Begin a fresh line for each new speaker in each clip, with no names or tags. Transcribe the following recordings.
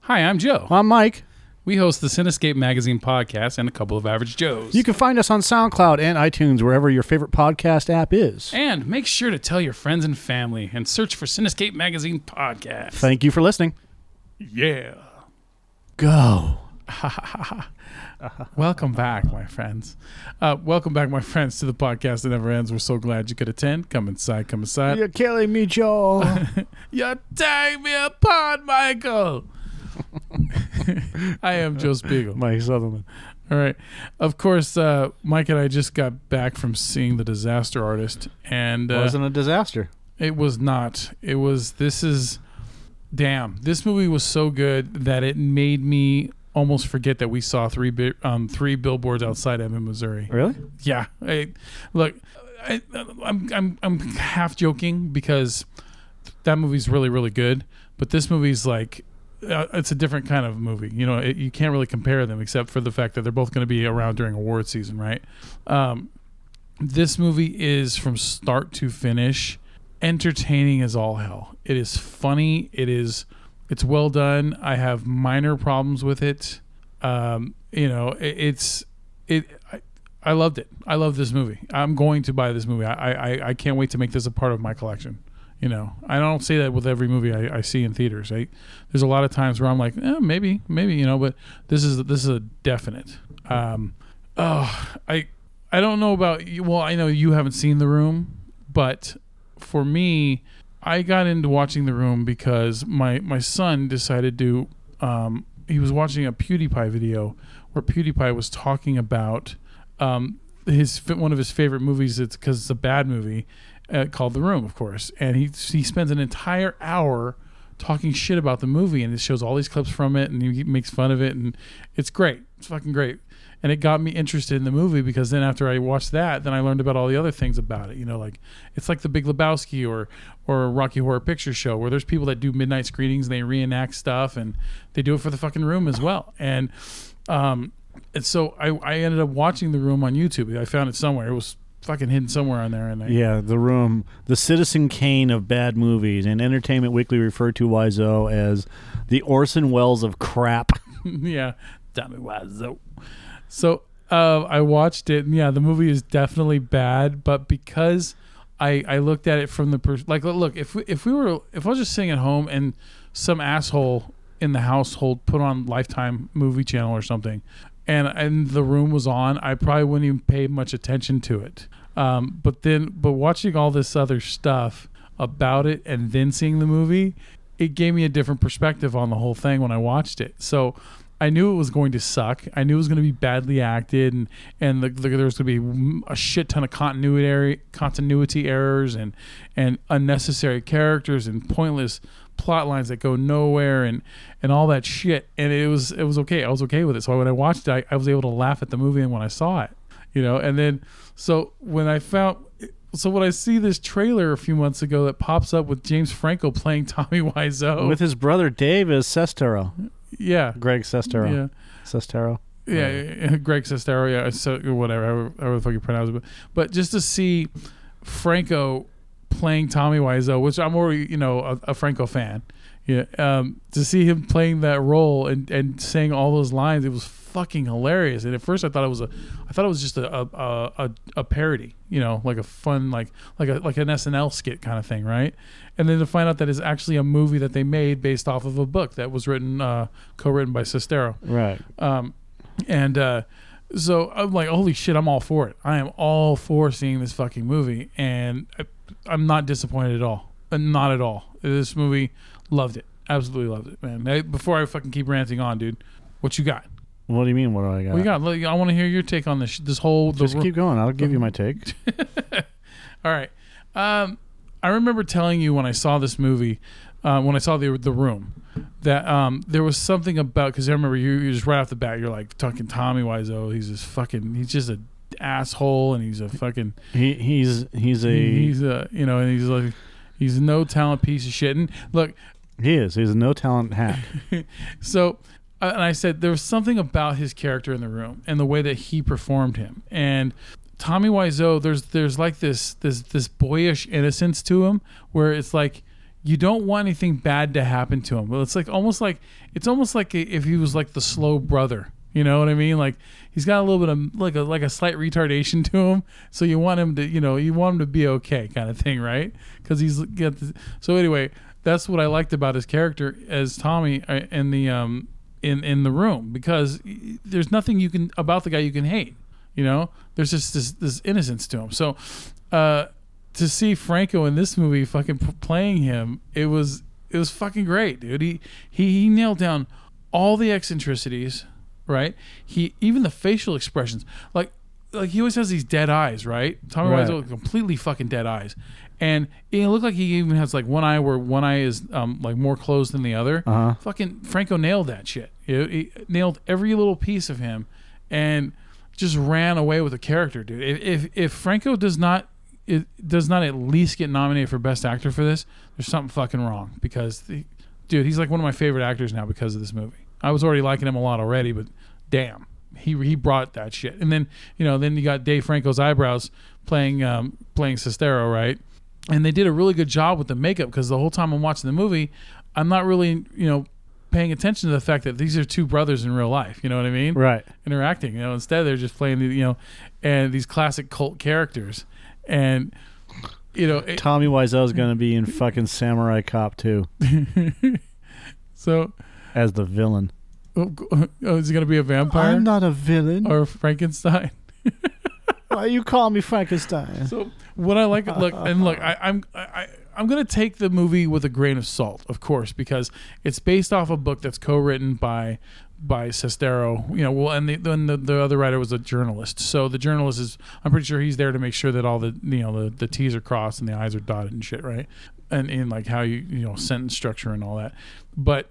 Hi, I'm Joe.
I'm Mike.
We host the Cinescape Magazine podcast and a couple of Average Joes.
You can find us on SoundCloud and iTunes, wherever your favorite podcast app is.
and make sure to tell your friends and family and search for Cinescape Magazine podcast.
Thank you for listening.
yeah.
Go.
Welcome back, my friends. Uh, welcome back, my friends, to the podcast that never ends. We're so glad you could attend. Come inside, come inside.
You're killing me, Joel.
You're tearing me apart, Michael. I am Joe Spiegel.
Mike Sutherland.
All right. Of course, uh, Mike and I just got back from seeing The Disaster Artist, and uh,
Wasn't a disaster.
It was not. It was. This is. Damn. This movie was so good that it made me almost forget that we saw three bi- um three billboards outside Ebbing, Missouri.
Really?
Yeah. I, look, I, I'm I'm I'm half joking because that movie's really really good, but this movie's like. Uh, it's a different kind of movie, you know. It, you can't really compare them, except for the fact that they're both going to be around during award season, right? Um, this movie is from start to finish entertaining as all hell. It is funny. It is it's well done. I have minor problems with it. Um, you know, it, it's it. I, I loved it. I love this movie. I'm going to buy this movie. I, I I can't wait to make this a part of my collection. You know, I don't say that with every movie I, I see in theaters. I, there's a lot of times where I'm like, eh, maybe, maybe, you know, but this is this is a definite. Um, oh, I I don't know about you. Well, I know you haven't seen The Room, but for me, I got into watching The Room because my my son decided to. Um, he was watching a PewDiePie video where PewDiePie was talking about um, his one of his favorite movies. It's because it's a bad movie uh, called The Room, of course, and he he spends an entire hour talking shit about the movie and it shows all these clips from it and he makes fun of it and it's great. It's fucking great. And it got me interested in the movie because then after I watched that, then I learned about all the other things about it. You know, like it's like the Big Lebowski or or Rocky Horror Picture Show where there's people that do midnight screenings and they reenact stuff and they do it for the fucking room as well. And um and so I, I ended up watching the room on YouTube. I found it somewhere. It was fucking hidden somewhere on there and I,
Yeah, The Room, the Citizen Kane of bad movies, and Entertainment Weekly referred to Wiseau as the Orson Welles of crap.
yeah. Tommy Wiseau. So uh, I watched it, and yeah, the movie is definitely bad. But because I I looked at it from the pers- like look if we, if we were if I was just sitting at home and some asshole in the household put on Lifetime movie channel or something, and and the room was on, I probably wouldn't even pay much attention to it. Um, but then but watching all this other stuff about it and then seeing the movie, it gave me a different perspective on the whole thing when I watched it. So I knew it was going to suck. I knew it was going to be badly acted, and and the, the, there was going to be a shit ton of continuity continuity errors and and unnecessary characters and pointless plot lines that go nowhere and and all that shit. And it was it was okay. I was okay with it. So when I watched it, I, I was able to laugh at the movie and when I saw it, you know. And then so when I found so when I see this trailer a few months ago that pops up with James Franco playing Tommy Wiseau,
With his brother Dave as Sestero,
yeah,
Greg Sestero.
yeah.
Sestero.
yeah,
Right.
yeah, yeah, Greg Sestero, yeah, so whatever, however, however the fuck you pronounce it, but, but just to see Franco playing Tommy Wiseau, which I'm already, you know, a, a Franco fan, yeah, um, to see him playing that role and, and saying all those lines, it was fucking hilarious. And at first, I thought it was a, I thought it was just a a, a, a- a parody, you know, like a fun like like a like an SNL skit kind of thing, right? And then to find out that it's actually a movie that they made based off of a book that was written uh, co-written by Sestero.
Right.
Um, and uh, so I'm like, holy shit, I'm all for it. I am all for seeing this fucking movie, and I, I'm not disappointed at all. Uh, Not at all. This movie, loved it. Absolutely loved it, man. Hey, Before I fucking keep ranting on, dude, what you got?
What do you mean? What do I got?
We got. Look, I want to hear your take on this. sh- This whole. The,
Just keep going. I'll give you my take.
all right. Um, I remember telling you when I saw this movie, uh, when I saw the the room, that um, there was something about because I remember you, you just right off the bat you're like talking Tommy Wiseau. He's just fucking. He's just a asshole, and he's a fucking.
He, he's he's a
He's a you know, and he's like he's no talent piece of shit. And look,
he is he's a no talent hack.
so uh, and I said there was something about his character in the room and the way that he performed him and Tommy Wiseau there's there's like this this this boyish innocence to him where it's like you don't want anything bad to happen to him. Well, it's like almost like it's almost like if he was like the slow brother. You know what I mean? Like he's got a little bit of like a like a slight retardation to him, so you want him to you know you want him to be okay kind of thing, right? Because he's got the, so anyway. That's what I liked about his character as Tommy uh, in the um in in the room because there's nothing you can about the guy you can hate. You know, there's just this this innocence to him. So, uh, to see Franco in this movie fucking p- playing him, it was it was fucking great, dude. He he he nailed down all the eccentricities, right? He even the facial expressions, like like he always has these dead eyes, right? Tommy
Right.
Wiseau completely fucking dead eyes, and it looked like he even has like one eye where one eye is um like more closed than the other.
Uh-huh.
Fucking Franco nailed that shit. He, he nailed every little piece of him, and just ran away with the character, dude. If if, if Franco does not it does not at least get nominated for best actor for this, there's something fucking wrong because, the, dude, he's like one of my favorite actors now because of this movie. I was already liking him a lot already, but damn, he he brought that shit. And then you know, then you got Dave Franco's eyebrows playing um, playing Sestero, right? And they did a really good job with the makeup because the whole time I'm watching the movie, I'm not really you know paying attention to the fact that these are two brothers in real life. You know what I mean?
Right.
interacting. You know, instead they're just playing the you know, and these classic cult characters, and you know, it-
Tommy Wiseau's going to be in fucking Samurai Cop 2
so
as the villain.
oh, oh, is he gonna be a vampire
I'm not a villain.
or Frankenstein?
Why you call me Frankenstein?
So what I like, look and look, I, I'm I, I- I'm gonna take the movie with a grain of salt, of course, because it's based off a book that's co-written by by Sestero. You know, well, and the, then the, the other writer was a journalist. So the journalist is, I'm pretty sure he's there to make sure that all the you know the the T's are crossed and the I's are dotted and shit, right? And in like how you you know sentence structure and all that, but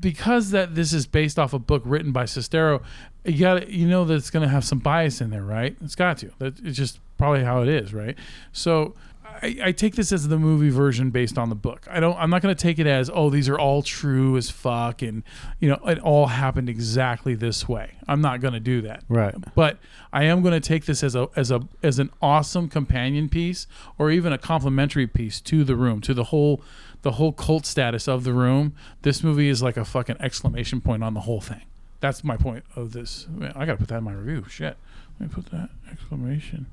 because that this is based off a book written by Sestero, you got you know that it's going to have some bias in there, right? It's got to. That it's just probably how it is, right? So I, I take this as the movie version based on the book. I don't. I'm not going to take it as oh these are all true as fuck and you know it all happened exactly this way. I'm not going to do that.
Right.
But I am going to take this as a as a as an awesome companion piece, or even a complimentary piece to the room, to the whole the whole cult status of the room. This movie is like a fucking exclamation point on the whole thing. That's my point of this. Man, I gotta put that in my review. Shit, let me put that exclamation.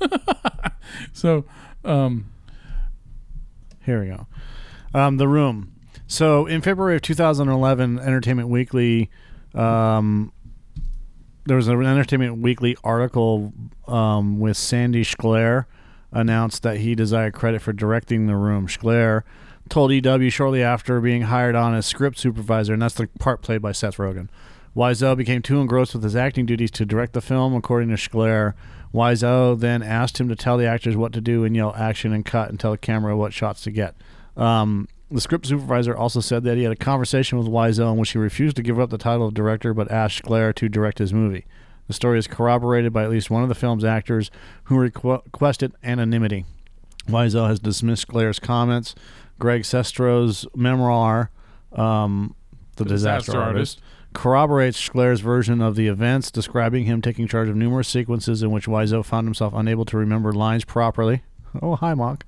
so, um,
Here we go. Um, the Room. So in February of 2011, Entertainment Weekly, um, there was an Entertainment Weekly article um, with Sandy Schler announced that he desired credit for directing The Room. Schler told EW shortly after being hired on as script supervisor, and that's the part played by Seth Rogen. Wiseau became too engrossed with his acting duties to direct the film, according to Schler. Wiseau then asked him to tell the actors what to do and yell action and cut and tell the camera what shots to get. Um, the script supervisor also said that he had a conversation with Wiseau in which he refused to give up the title of director but asked Schler to direct his movie. The story is corroborated by at least one of the film's actors who requ- requested anonymity. Wiseau has dismissed Schler's comments. Greg Sestro's memoir, um, The, Disaster, Artist, corroborates Schler's version of the events, describing him taking charge of numerous sequences in which Wiseau found himself unable to remember lines properly. Oh, hi, Mock.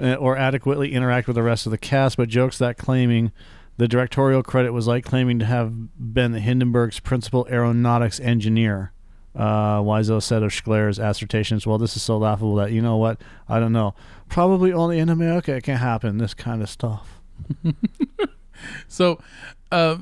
Uh, Or adequately interact with the rest of the cast, but jokes that claiming the directorial credit was like claiming to have been Hindenburg's principal aeronautics engineer. Uh, Wiseau said of Schler's assertions, Well, this is so laughable that, you know what? I don't know. Probably only in America it can happen, this kind of stuff.
So, uh,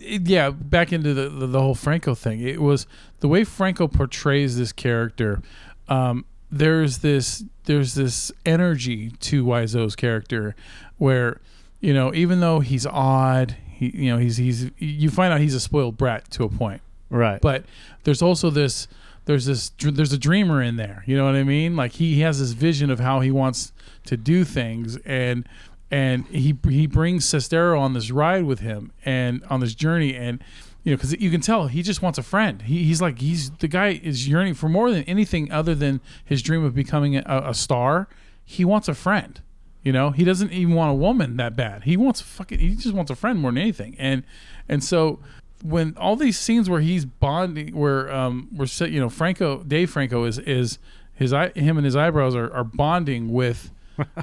it- yeah, back into the, the the whole Franco thing. It was the way Franco portrays this character. Um, there's this there's this energy to Wiseau's character, where you know even though he's odd, he you know he's he's you find out he's a spoiled brat to a point
Right.
but there's also this there's this there's a dreamer in there you know what i mean like he, he has this vision of how he wants to do things and and he he brings sestero on this ride with him and on this journey and you know because you can tell he just wants a friend he, he's like he's the guy is yearning for more than anything other than his dream of becoming a, a star he wants a friend you know, he doesn't even want a woman that bad. He wants a fucking. He just wants a friend more than anything. And and so when all these scenes where he's bonding, where um, where se- you know Franco, Dave Franco is is his eye, him and his eyebrows are, are bonding with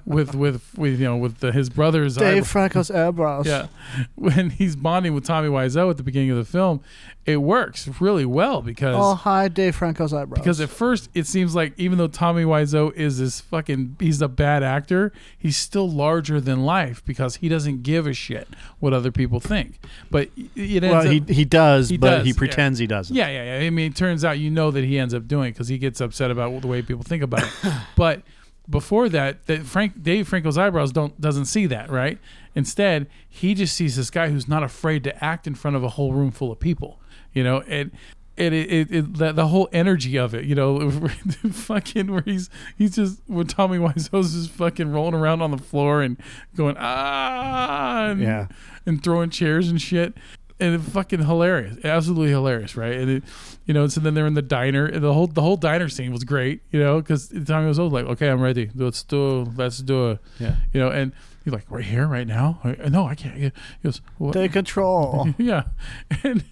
with with with you know with the, his brother's
Dave
eyebrow-
Franco's eyebrows.
yeah when he's bonding with Tommy Wiseau at the beginning of the film, it works really well because
Oh, hi, Dave Franco's eyebrows.
because at first it seems like even though Tommy Wiseau is this fucking he's a bad actor, he's still larger than life because he doesn't give a shit what other people think. But y- it ends
well, he
up,
he does,
He
but
does,
he
yeah.
pretends he doesn't.
yeah, yeah, yeah. I mean, it turns out you know that he ends up doing it because he gets upset about the way people think about it. but before that, that Frank Dave Franco's eyebrows don't doesn't see that right. Instead, he just sees this guy who's not afraid to act in front of a whole room full of people. You know, and and it, it, it the, the whole energy of it, you know, fucking where he's he's just where Tommy Wiseau's just fucking rolling around on the floor and going ah, and,
Yeah.
and throwing chairs and shit. And it's fucking hilarious, absolutely hilarious, right? And it, you know, so then they're in the diner. And the whole the whole diner scene was great, you know, because Tommy was always like, "Okay, I'm ready. Let's do, let's do it,"
Yeah.
you know. And he's like, "Right here, right now." I- No, I can't. He goes, "What?"
Take control.
yeah and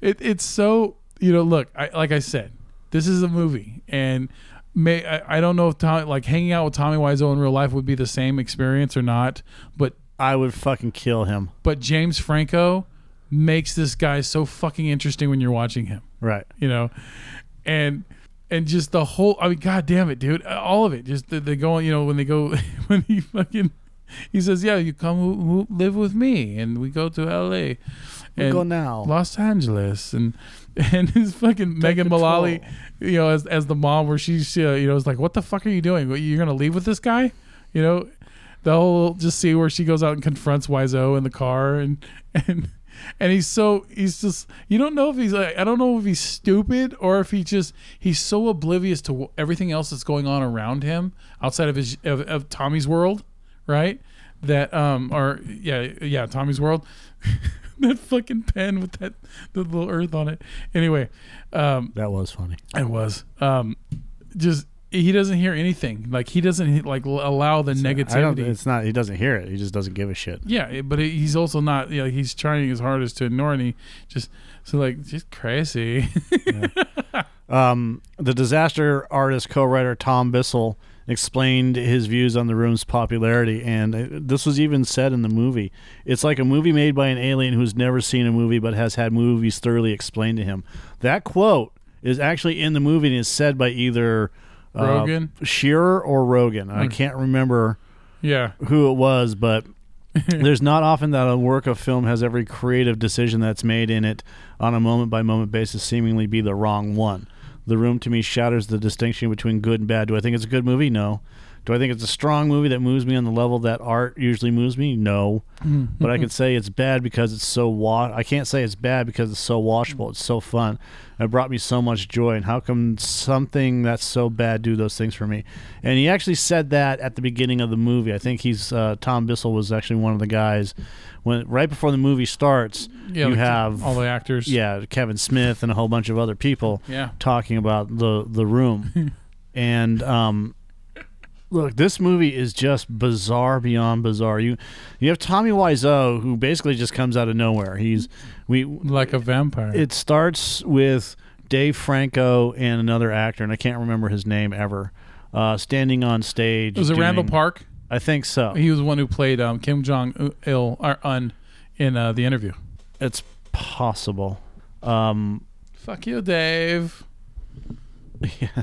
it, it's so you know look I, like i said this is a movie and may I, I don't know if Tom, like hanging out with tommy wiseau in real life would be the same experience or not but
I would fucking kill him.
but james franco makes this guy so fucking interesting when you're watching him
Right.
you know and and just the whole i mean god damn it dude all of it just the, the going you know when they go when he fucking he says yeah you come w- w- live with me and we go to la and
We go now.
Los Angeles and and his fucking Megan
control.
Mullally, you know, as as the mom where she's she, uh, you know is like, what the fuck are you doing? What, You're gonna leave with this guy? You know, the whole just see where she goes out and confronts Wiseau in the car and and and he's so he's just you don't know if he's like I don't know if he's stupid or if he just he's so oblivious to wh- everything else that's going on around him outside of his of, of Tommy's world, right? That um or yeah yeah Tommy's world that fucking pen with that the little earth on it. Anyway, um,
That was funny.
it was um, just he doesn't hear anything. Like he doesn't like l- allow the
I don't.
negativity.
It's not. He doesn't hear it. He just doesn't give a shit.
Yeah, it- but he- he's also not. You know, he's trying his hardest to ignore, and he just so like just crazy.
Um, the disaster artist co-writer Tom Bissell explained his views on the room's popularity, and uh, this was even said in the movie. It's like a movie made by an alien who's never seen a movie but has had movies thoroughly explained to him. That quote is actually in the movie and is said by either uh,
Rogan?
Shearer or Rogan. I can't remember
yeah,
who it was, but there's not often that a work of film has every creative decision that's made in it on a moment by moment basis seemingly be the wrong one. The Room to me shatters the distinction between good and bad. Do I think it's a good movie? No. Do I think it's a strong movie that moves me on the level that art usually moves me? No. but I could say it's bad because it's so wa- I can't say it's bad because it's so washable. It's so fun. It brought me so much joy. And how come something that's so bad do those things for me? And he actually said that at the beginning of the movie. I think he's uh, Tom Bissell was actually one of the guys when right before the movie starts.
yeah.
you
like,
have
all the actors.
yeah Kevin Smith and a whole bunch of other people
yeah.
talking about the the room and um look this movie is just bizarre beyond bizarre you you have tommy wiseau who basically just comes out of nowhere he's we
Like a vampire.
it starts with dave franco and another actor and i can't remember his name ever uh standing on stage
was it
doing-
Randall Park?
i think so
He was the one who played um, Kim Jong Il or Un in uh, the interview.
it's possible um
Fuck you, Dave.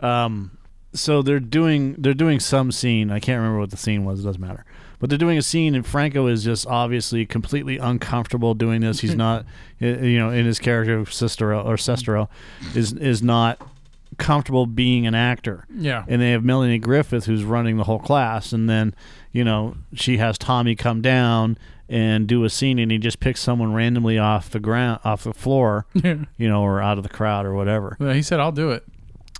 Um, so they're doing they're doing some scene. I can't remember what the scene was. It doesn't matter. But they're doing a scene, and Franco is just obviously completely uncomfortable doing this. He's not, uh, you know, in his character of Cicero or Cestero, is is not comfortable being an actor.
Yeah.
And they have Melanie Griffith who's running the whole class, and then you know she has Tommy come down and do a scene, and he just picks someone randomly off the ground, off the floor,
yeah.
you know, or out of the crowd or whatever.
He said, "I'll do it.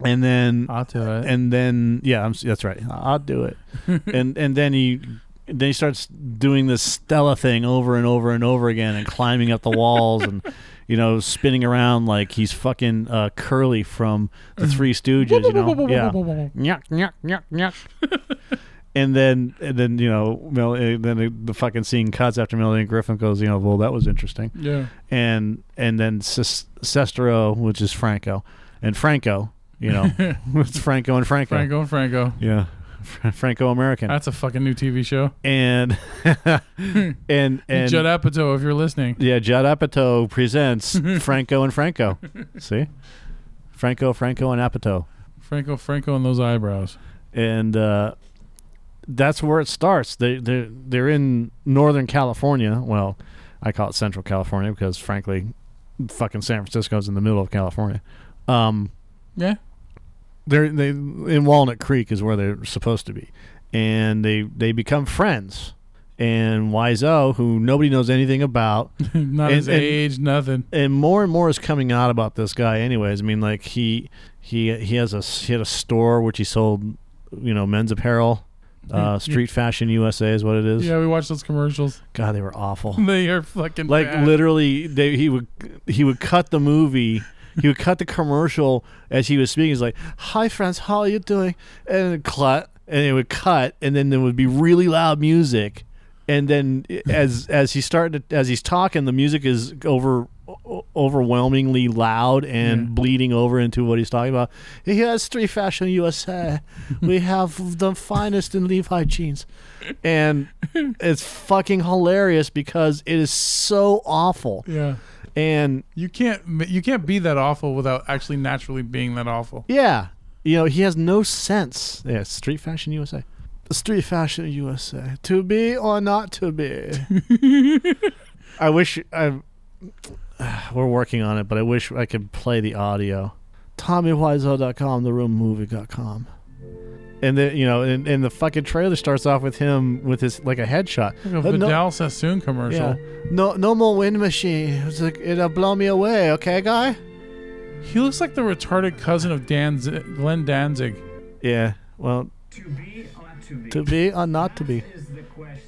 And then
I'll do it."
and then yeah, I'm, that's right. I'll do it. and and then he then he starts doing this Stella thing over and over and over again, and climbing up the walls and you know spinning around like he's fucking uh, Curly from the Three Stooges. You know, yeah. Nyuk, nyuk, nyuk, nyuk. and then, and then you know, Mel, and then the, the fucking scene cuts after Melanie Griffin goes, you know, well, that was interesting
Yeah.
and and then Cis- Cestero, which is Franco, and Franco, you know, it's Franco and Franco.
Franco and Franco.
Yeah, Franco American,
That's a fucking new TV show.
and and and
Hmm. Judd Apatow, if you're listening,
yeah, Judd Apatow presents Franco and Franco. See, Franco, Franco, and Apatow.
Franco, Franco, and those eyebrows.
and uh, that's where it starts. They they they're in Northern California. Well, I call it Central California because frankly, fucking San Francisco's in the middle of California. Um,
Yeah,
they're they in Walnut Creek is where they're supposed to be, and they they become friends. And Wiseau, who nobody knows anything about,
not his
And- and-
age, nothing.
and more and more is coming out about this guy anyways i mean like he he he has a he had a store which he sold you know men's apparel uh, street fashion usa is what it is
Yeah, we watched those commercials.
god they were awful
They are fucking
like
bad.
literally they, he would he would cut the movie he would cut the commercial as he was speaking he's like hi friends how are you doing and it cut and it would cut and then there would be really loud music and then as as he's starting to, as he's talking the music is over o- overwhelmingly loud and
Yeah.
bleeding over into what he's talking about he has three fashion usa we have the finest in levi jeans and it's fucking hilarious because it is so awful
yeah,
and
you can't you can't be that awful without actually naturally being that awful.
yeah you know he has no sense yeah street fashion usa street fashion usa to be or not to be i wish i we're working on it but i wish i could play the audio tommywiseau.com the room movie.com and then you know and, and the fucking trailer starts off with him with his like a headshot
Like a
Uh, no-
Vidal Sassoon commercial.
No, no more wind machine. It's like, it'll blow me away, okay, guy?
He looks like the retarded cousin of Danzig, Glenn Danzig.
Yeah. Well,
To be or to be?
to be or not to be.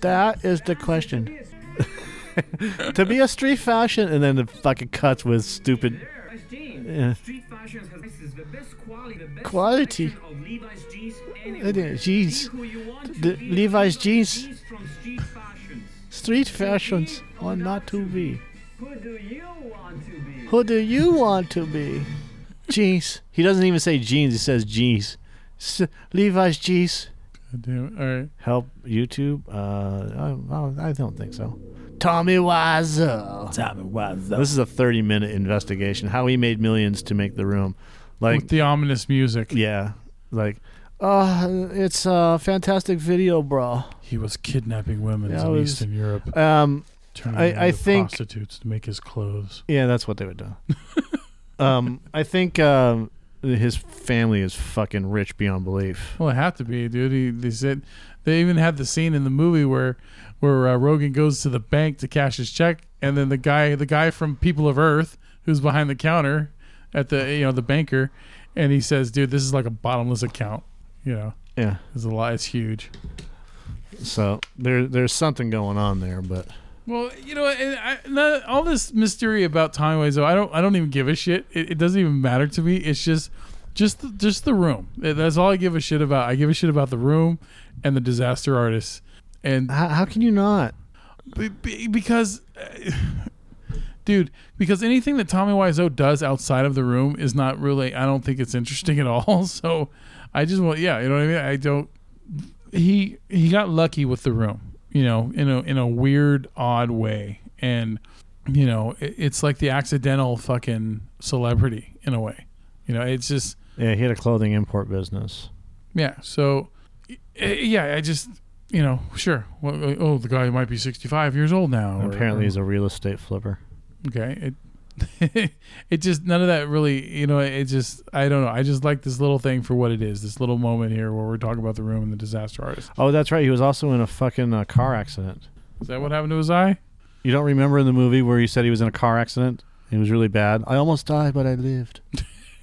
That is the question.
That is the
It
question.
is
to be a street fashion, and then the fucking cuts with stupid.
there. Nice jeans.
Yeah.
Street fashion has this is the best quality. The best
Quality.
selection of Levi's jeans.
Uh,
anywhere.
the jeans.
Be who you want to
The
be.
Levi's jeans.
from street fashions.
Street fashions or not to be.
Who do you want to be?
Who do you want to be? Jeez. He doesn't even say jeans, he says jeez. S- Levi's jeez.
God damn it. All right.
Help YouTube? Uh, I, I don't think so. Tommy Wiseau.
Tommy Wiseau.
This is a 30 minute investigation. How he made millions to make the room. Like,
With the ominous music.
yeah. Like, uh, it's a fantastic video, bro.
He was kidnapping women
Yeah, I
in
was-
Eastern Europe,
Um,
turning
I-
them
I
into
think-
prostitutes to make his clothes.
yeah, that's what they would do. um, I think um his family is fucking rich beyond belief.
Well, it had to be, dude. He, they said they even had the scene in the movie where where uh, Rogan goes to the bank to cash his check, and then the guy the guy from People of Earth who's behind the counter at the you know the banker, and he says, "Dude, this is like a bottomless account." You know,
Yeah.
it's a lot. It's huge.
So there, there's something going on there, but
Well, you know, and I, not, all this mystery about Tommy Wiseau, I don't, I don't even give a shit. It, it doesn't even matter to me. It's just, just, the, just the room. That- That's all I give a shit about. I give a shit about the room and the disaster artists, and
how, how can you not?
be- be- because, uh, dude, because anything that Tommy Wiseau does outside of the room is not really. I don't think it's interesting at all. So, I just want, yeah, you know what I mean. I don't. He he got lucky with the room, you know, in a in a weird, odd way, and you know, it, it's like the accidental fucking celebrity in a way. You know, it's just
Yeah, he had a clothing import business.
yeah. So, y- yeah, I just. You know, sure. Well, oh, the guy might be sixty-five years old now. or-
Apparently,
or-
he's a real estate flipper.
Okay. It it just none of that really, you know, it just I don't know. I just like this little thing for what it is. This little moment here where we're talking about the room and the disaster artist.
Oh, that's right. He was also in a fucking uh, car accident.
Is that what happened to his eye?
You don't remember in the movie where he said he was in a car accident? It was really bad. I almost died, but I lived.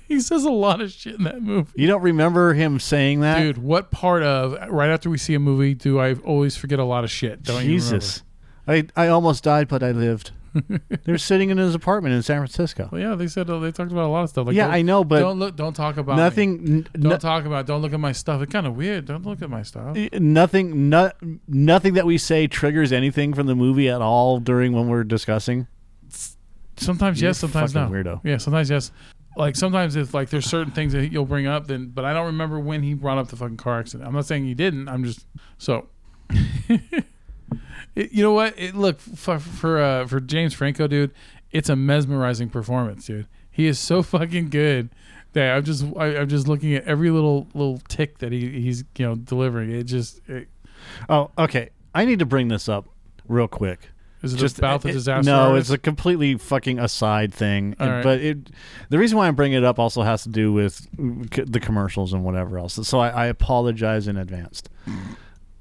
He says a lot of shit in that movie.
You don't remember him saying that?
Dude, what part of right after we see a movie do I always forget a lot of shit? Don't you
Jesus. I, I almost died, but I lived. they were sitting in his apartment in San Francisco.
Well, yeah, they said uh, they talked about a lot of stuff. Like,
yeah,
don't,
I know, but
don't look, don't talk about me.
nothing, n-
Don't
n-
talk about. Don't look at my stuff. It's kind of weird. Don't look at my stuff.
nothing, no, nothing that we say triggers anything from the movie at all during when we're discussing.
Sometimes yes,
You're
sometimes no.
fucking weirdo.
Yeah, sometimes yes. like sometimes if like there's certain things that you'll bring up, then but I don't remember when he brought up the fucking car accident. I'm not saying he didn't. I'm just so. It- you know what? It, look for for, uh, for James Franco, dude. It's a mesmerizing performance, dude. He is so fucking good that I'm just I, I'm just looking at every little little tick that he, he's you know delivering. It just it,
Oh, okay. I need to bring this up real quick.
is it just about the
it-
disaster.
No,
artist?
it's a completely fucking aside thing.
All right.
But it, the reason why I'm bringing it up also has to do with c- the commercials and whatever else. So I, I apologize in advance.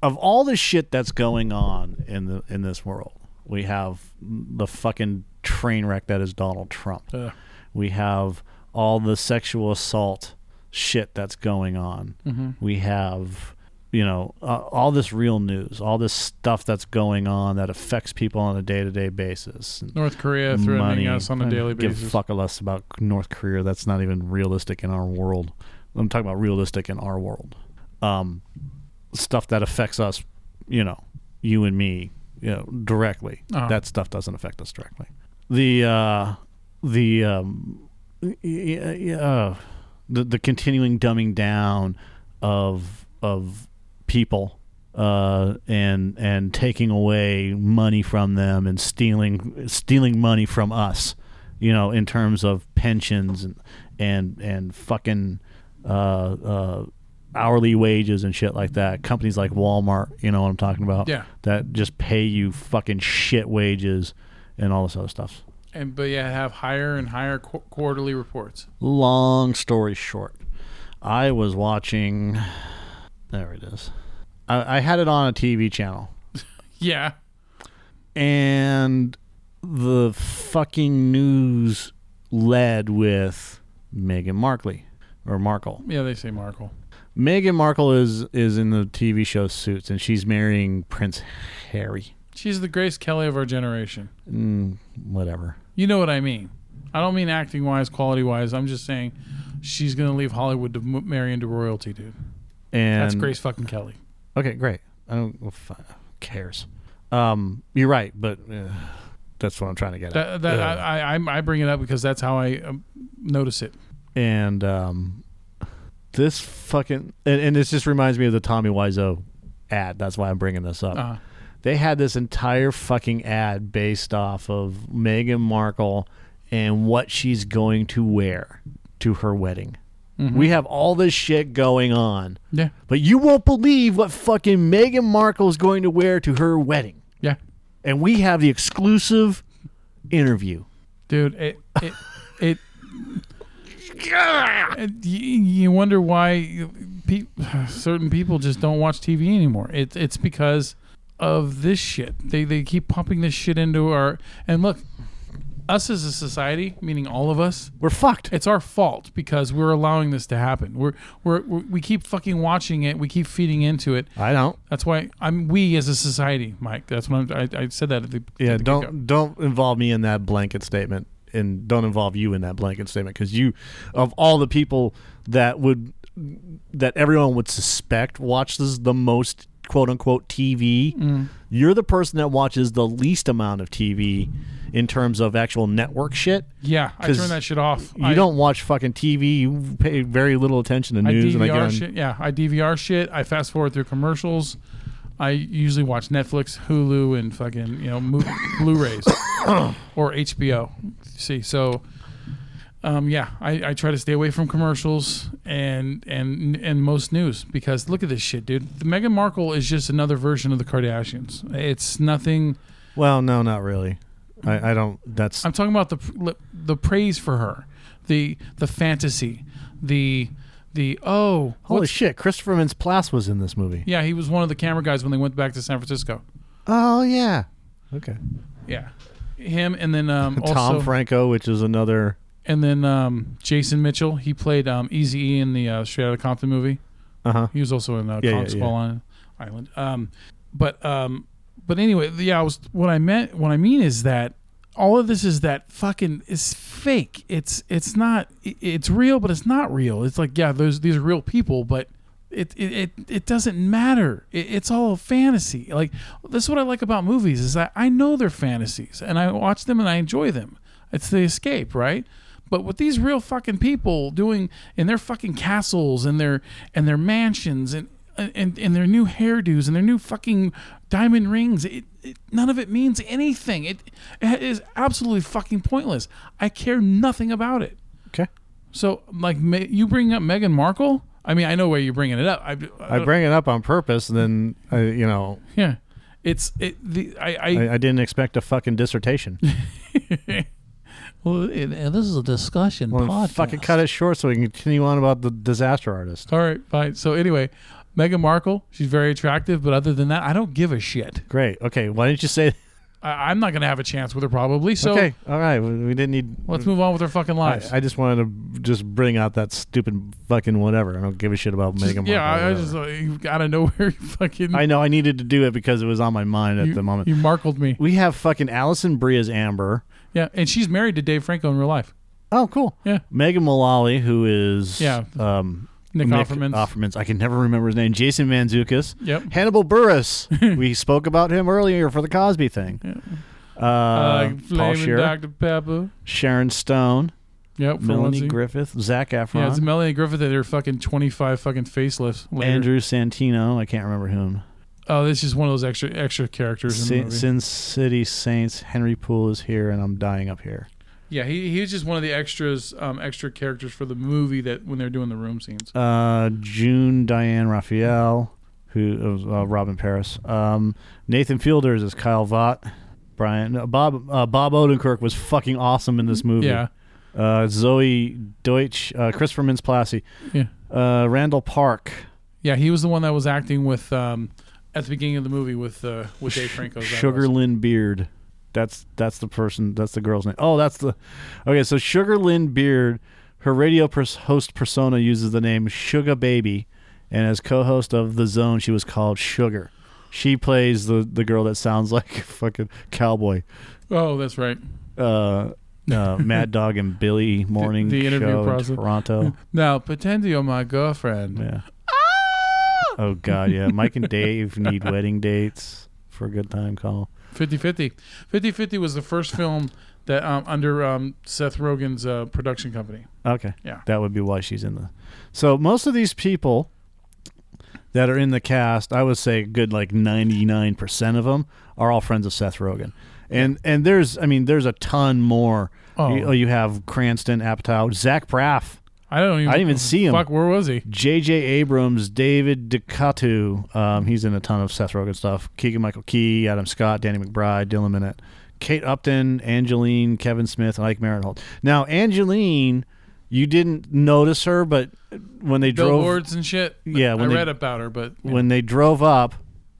of all the shit that's going on in the in this world, we have the fucking train wreck that is Donald Trump.
Ugh.
We have all the sexual assault shit that's going
Mm-hmm.
on. We have you know uh, all this real news, all this stuff that's going on that affects people on a day to day basis. And
North Korea threatening
money.
us on
I
a
don't
daily
give
basis.
fuck less about North Korea. That's not even realistic in our world. I'm talking about realistic in our world. Um, stuff that affects us, you know, you and me, you know, directly.
Uh-huh.
That stuff doesn't affect us directly. The uh, the um, y- y- y- uh, the the continuing dumbing down of of people uh, and and taking away money from them and stealing stealing money from us, you know, in terms of pensions and and and fucking uh, uh, hourly wages and shit like that. Companies like Walmart, you know what I'm talking about?
Yeah.
that just pay you fucking shit wages and all this other stuff.
and but yeah, have higher and higher qu- quarterly reports.
long story short, I was watching. There it is. I, I had it on a TV channel,
Yeah.
and the fucking news led with Meghan Markley or Markle.
Yeah, they say Markle.
Meghan Markle is is in the TV show Suits, and she's marrying Prince Harry.
She's the Grace Kelly of our generation.
Mm, whatever.
You know what I mean. I don't mean acting wise, quality wise. I'm just saying she's going to leave Hollywood to m- marry into royalty, dude.
And
That's Grace fucking Kelly.
Okay, great. I don't well, fi- who cares. Um, you're right, but uh, that's what I'm trying to get at.
That, that
Ugh.
I, I, I'm- I bring it up because that's how I um, notice it.
and um, this fucking and, and this just reminds me of the Tommy Wiseau ad. That's why I'm bringing this up.
Uh,
They had this entire fucking ad based off of Meghan Markle and what she's going to wear to her wedding. We have all this shit going on,
yeah.
but you won't believe what fucking Meghan Markle is going to wear to her wedding.
Yeah.
And we have the exclusive interview.
Dude, it, it, it, it- you, you wonder why pe- certain people just don't watch TV anymore. It, it's because of this shit. They, they keep pumping this shit into our. And look, us as a society, meaning all of us,
We're fucked.
it's our fault because we're allowing this to happen. We're, we're, we're we keep fucking watching it. We keep feeding into it.
I don't.
That's why I'm we as a society, Mike. That's what I'm, I, I said that at the
Yeah,
at the get-go.
don't don't involve me in that blanket statement, and don't involve you in that blanket statement because you, of all the people that would that everyone would suspect watches the most quote unquote TV,
Mm.
you're the person that watches the least amount of TV in terms of actual network shit.
Yeah, I
'cause
turn that shit off.
You
I,
don't watch fucking TV. You pay very little attention to
I
news. and I get
DVR
on-
shit. Yeah, I DVR shit. I fast forward through commercials. I usually watch Netflix, Hulu, and fucking you know mo- Blu-rays or HBO. See, so um, yeah, I, I try to stay away from commercials and and and most news because look at this shit, dude. The Meghan Markle is just another version of the Kardashians. It's nothing.
Well, no, not really. I, I don't. That's
I'm talking about the the praise for her, the the fantasy, the the oh
Holy
what's-
shit, Christopher Mintz Plasse was in this movie.
Yeah, he was one of the camera guys when they went back to San Francisco.
Oh yeah. Okay.
Yeah, him and then um, also
Tom Franco, which is another
and then um, Jason Mitchell. He played um, Easy E in the uh, Straight Outta Compton movie.
uh-huh.
He was also in uh,
Yeah, yeah,
Kong
yeah.
Skull Island- Island. Um, but um, but anyway, yeah. I was what I meant. What I mean is that all of this is that fucking is fake. It's it's not. i- It's real, but it's not real. It's like yeah, those these are real people, but. It, it, it, it doesn't matter. It, it's all a fantasy. Like this is what I like about movies is that I know they're fantasies and I watch them and I enjoy them. It's the escape, right? But with these real fucking people doing in their fucking castles and their and their mansions and and, and their new hairdos and their new fucking diamond rings, it, it, none of it means anything. It, it is absolutely fucking pointless. I care nothing about it.
Okay.
So like me, you bring up Meghan Markle. I mean, I know where you're bringing it up. I,
I bring it up on purpose, and then I, you know,
yeah. It's it the I, I,
I, I didn't expect a fucking dissertation.
well it, uh, this is a discussion
Well,
podcast.
fucking cut it short so we can continue on about the disaster artist.
All right, fine. So anyway, Meghan Markle, she's very attractive, but other than that, I don't give a shit.
Great. Okay. Why didn't you say?
I, I'm not gonna have a chance with her probably. So
okay. All right. We we didn't need.
let's move on with her fucking
I,
lives.
I just wanted to just bring out that stupid fucking whatever. I don't give a shit about
Just-
Megan.
yeah,
Markle or
I, I
whatever.
just like, you gotta know where you fucking
I know I needed to do it because it was on my mind at
you,
the moment.
you markled me.
we have fucking Allison Brie as Amber.
Yeah, and she's married to Dave Franco in real life.
Oh, cool.
Yeah.
Megan Mullally, who is
Yeah.
um,
Nick Offerman's-
Offerman's. I can never remember his name. Jason Manzukis.
Yep.
Hannibal Burris. we spoke about him earlier for the Cosby thing. Uh,
Uh,
Paul
Flaming
Shearer,
Dr. Pepper.
Sharon Stone,
Yep, for
Melanie
Lindsay.
Griffith, Zach
Yeah, it's
Efron,
Melanie Griffith at her fucking 25 fucking facelifts. later.
Andrew Santino. I can't remember whom.
Oh, this is one of those extra extra characters in the
Sin,
movie.
Sin City Saints. Henry Poole is here, and I'm dying up here.
Yeah, he he was just one of the extras, um, extra characters for the movie that when they're doing the room scenes.
uh, June Diane Raphael, who uh, Robin Paris, um, Nathan Fielders is Kyle Vaught, Brian uh, Bob uh, Bob Odenkirk was fucking awesome in this movie.
Yeah,
Uh, Zoe Deutsch, uh, Christopher Mintz-Plasse,
yeah,
uh, Randall Park,
yeah. He was the one that was acting with um, at the beginning of the movie with uh, with Dave Franco. as that
Sugar
was.
Lynn Beard. That's that's the person. That's the girl's name. Oh, that's the. Okay, so Sugar Lynn Beard, her radio pers- host persona uses the name Sugar Baby, and as co-host of the Zone, she was called Sugar. She plays the the girl that sounds like a fucking cowboy.
Oh, that's right.
Uh, uh, Mad Dog and Billy Morning
the interview
show
process.
in Toronto.
Now pretend you're my girlfriend. Ah!
Yeah. Oh God, yeah. Mike and Dave need wedding dates for a good time call.
50-50. 50-50 was the first film that um, under um, Seth Rogen's uh, production company.
Okay.
Yeah.
That would be why she's in the. So most of these people that are in the cast, I would say a good like 99% of them are all friends of Seth Rogen. And and there's I mean there's a ton more.
Oh.
You, you have Cranston, Apatow, Zach Braff,
I don't even.
I didn't even see him.
Fuck, where was he?
J.J. Abrams, David DeCatu. Um, he's in a ton of Seth Rogen stuff. Keegan Michael Key, Adam Scott, Danny McBride, Dylan Minnette, Kate Upton, Angeline, Kevin Smith, and Ike Marinhold. Now, Angeline, you didn't notice her, but when they drove
Billboards and shit.
Yeah,
I
when they-
read about her, but
when they drove up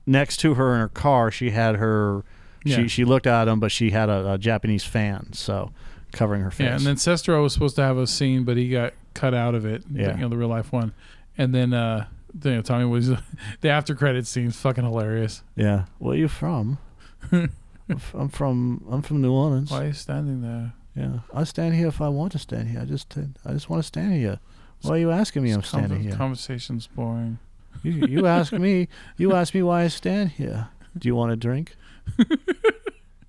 next to her in her car, she had her.
Yeah.
She she looked at him, but she had a, a Japanese fan, so covering her face.
Yeah, and then Sestero was supposed to have a scene, but he got cut out of it.
Yeah.
you know the real life one. And then uh, you know, Tommy was the after credit scene's fucking hilarious.
yeah, where are you from? I'm f- I'm from I'm from New Orleans.
Why are you standing there?
Yeah, I stand here if I want to stand here. I just, uh, I just want to stand here. Why are you asking me? I'm
This conver-
standing here.
Conversation's boring.
You, you ask me. You ask me why I stand here. Do you want a drink?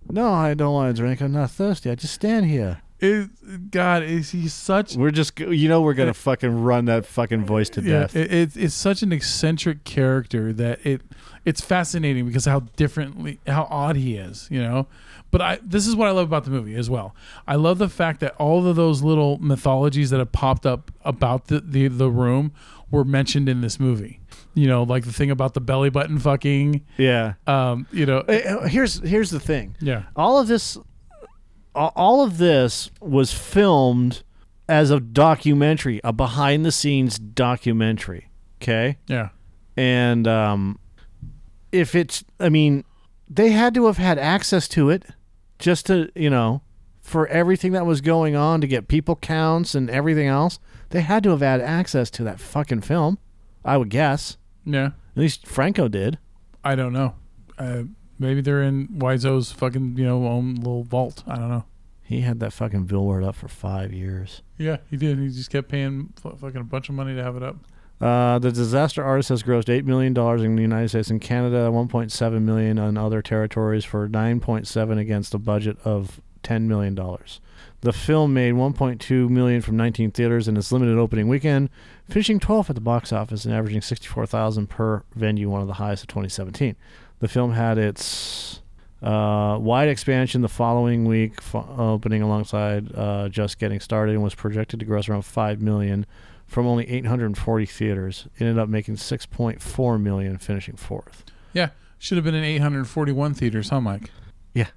no, I don't want a drink. I'm not thirsty. I just stand here.
Is God is he such?
We're just, go- you know, we're gonna fucking run that fucking voice to
Yeah, it, it, it's such an eccentric character that it it's fascinating because how differently how odd he is, you know. But I this is what I love about the movie as well. I love the fact that all of those little mythologies that have popped up about the the, the room were mentioned in this movie. You know, like the thing about the belly button fucking.
yeah.
Um, you know,
Eh, eh, Here's, here's the thing.
yeah,
all of this a- all of this was filmed as a documentary a behind the scenes documentary okay
yeah,
and um if it's i mean they had to have had access to it just to you know for everything that was going on to get people counts and everything else they had to have had access to that fucking film i would guess
yeah.
at least franco did
I don't know. Uh, maybe they're in Wiseau's fucking you know own little vault. I don't know.
he had that fucking billboard up for five years
Yeah, he did. He just kept paying fu- fucking a bunch of money to have it up.
Uh, the disaster artist has grossed eight million dollars in the United States and Canada, one point seven million on other territories for nine point seven against a budget of ten million dollars. The film made one point two million from nineteen theaters in its limited opening weekend, finishing twelfth at the box office and averaging sixty four thousand per venue, one of the highest of twenty seventeen. The film had its uh, wide expansion the following week, f- opening alongside uh, Just Getting Started, and was projected to gross around five million from only 840 theaters. It ended up making 6.4 million, finishing fourth.
Yeah, should have been in 841 theaters, huh, Mike?
Yeah,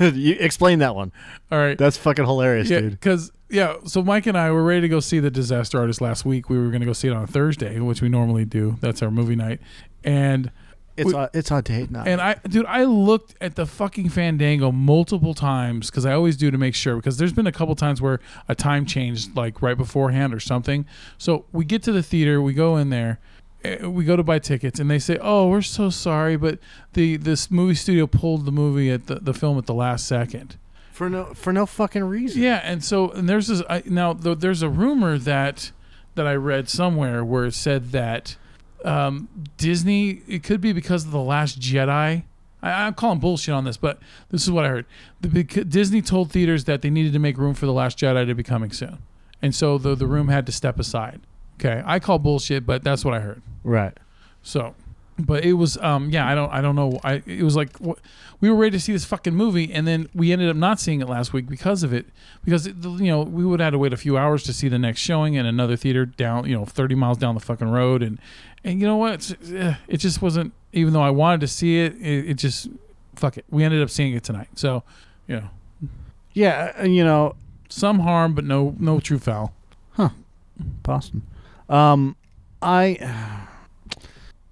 you explain that one.
All right.
That's fucking hilarious,
yeah,
dude.
because yeah. So Mike and I were ready to go see the Disaster Artist last week. We were going to go see it on a Thursday, which we normally do. That's our movie night. And
It's a, it's a date night.
and I, dude, I looked at the fucking Fandango multiple times because I always do to make sure. Because there's been a couple times where a time changed like right beforehand or something. So we get to the theater, we go in there, eh, we go to buy tickets, and they say, "Oh, we're so sorry, but the this movie studio pulled the movie at the, the film at the last second.
for no for no fucking reason.
Yeah, and so and there's this I, now th- there's a rumor that that I read somewhere where it said that um, Disney it could be because of the Last Jedi. I, I'm calling bullshit on this, but this is what I heard. The, bec- Disney told theaters that they needed to make room for the Last Jedi to be coming soon, and so the the room had to step aside. Okay, I call bullshit, but that's what I heard.
Right.
So, but it was um yeah I don't I don't know I it was like wh- we were ready to see this fucking movie and then we ended up not seeing it last week because of it because it, you know we would have had to wait a few hours to see the next showing in another theater down you know 30 miles down the fucking road and and you know what It's- eh, it just wasn't even though I wanted to see it it, it just fuck it we ended up seeing it tonight so you know
Yeah, and you know,
some harm but no no true foul
Boston. Um, I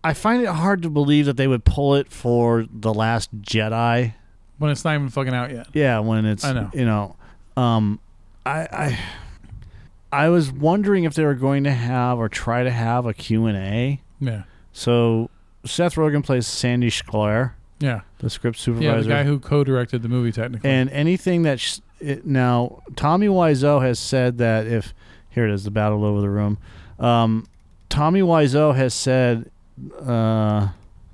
I find it hard to believe that they would pull it for the Last Jedi.
but it's not even fucking out yet
Yeah, when it's
I know.
you know, um, I I I was wondering if they were going to have or try to have a Q and A.
yeah
So Seth Rogen plays Sandy Schler,
yeah
the script
yeah
supervisor,
the guy who co-directed the movie technically
and anything that sh- it, now Tommy Wiseau has said that if here it is, the battle over the room. Um, Tommy Wiseau has said uh,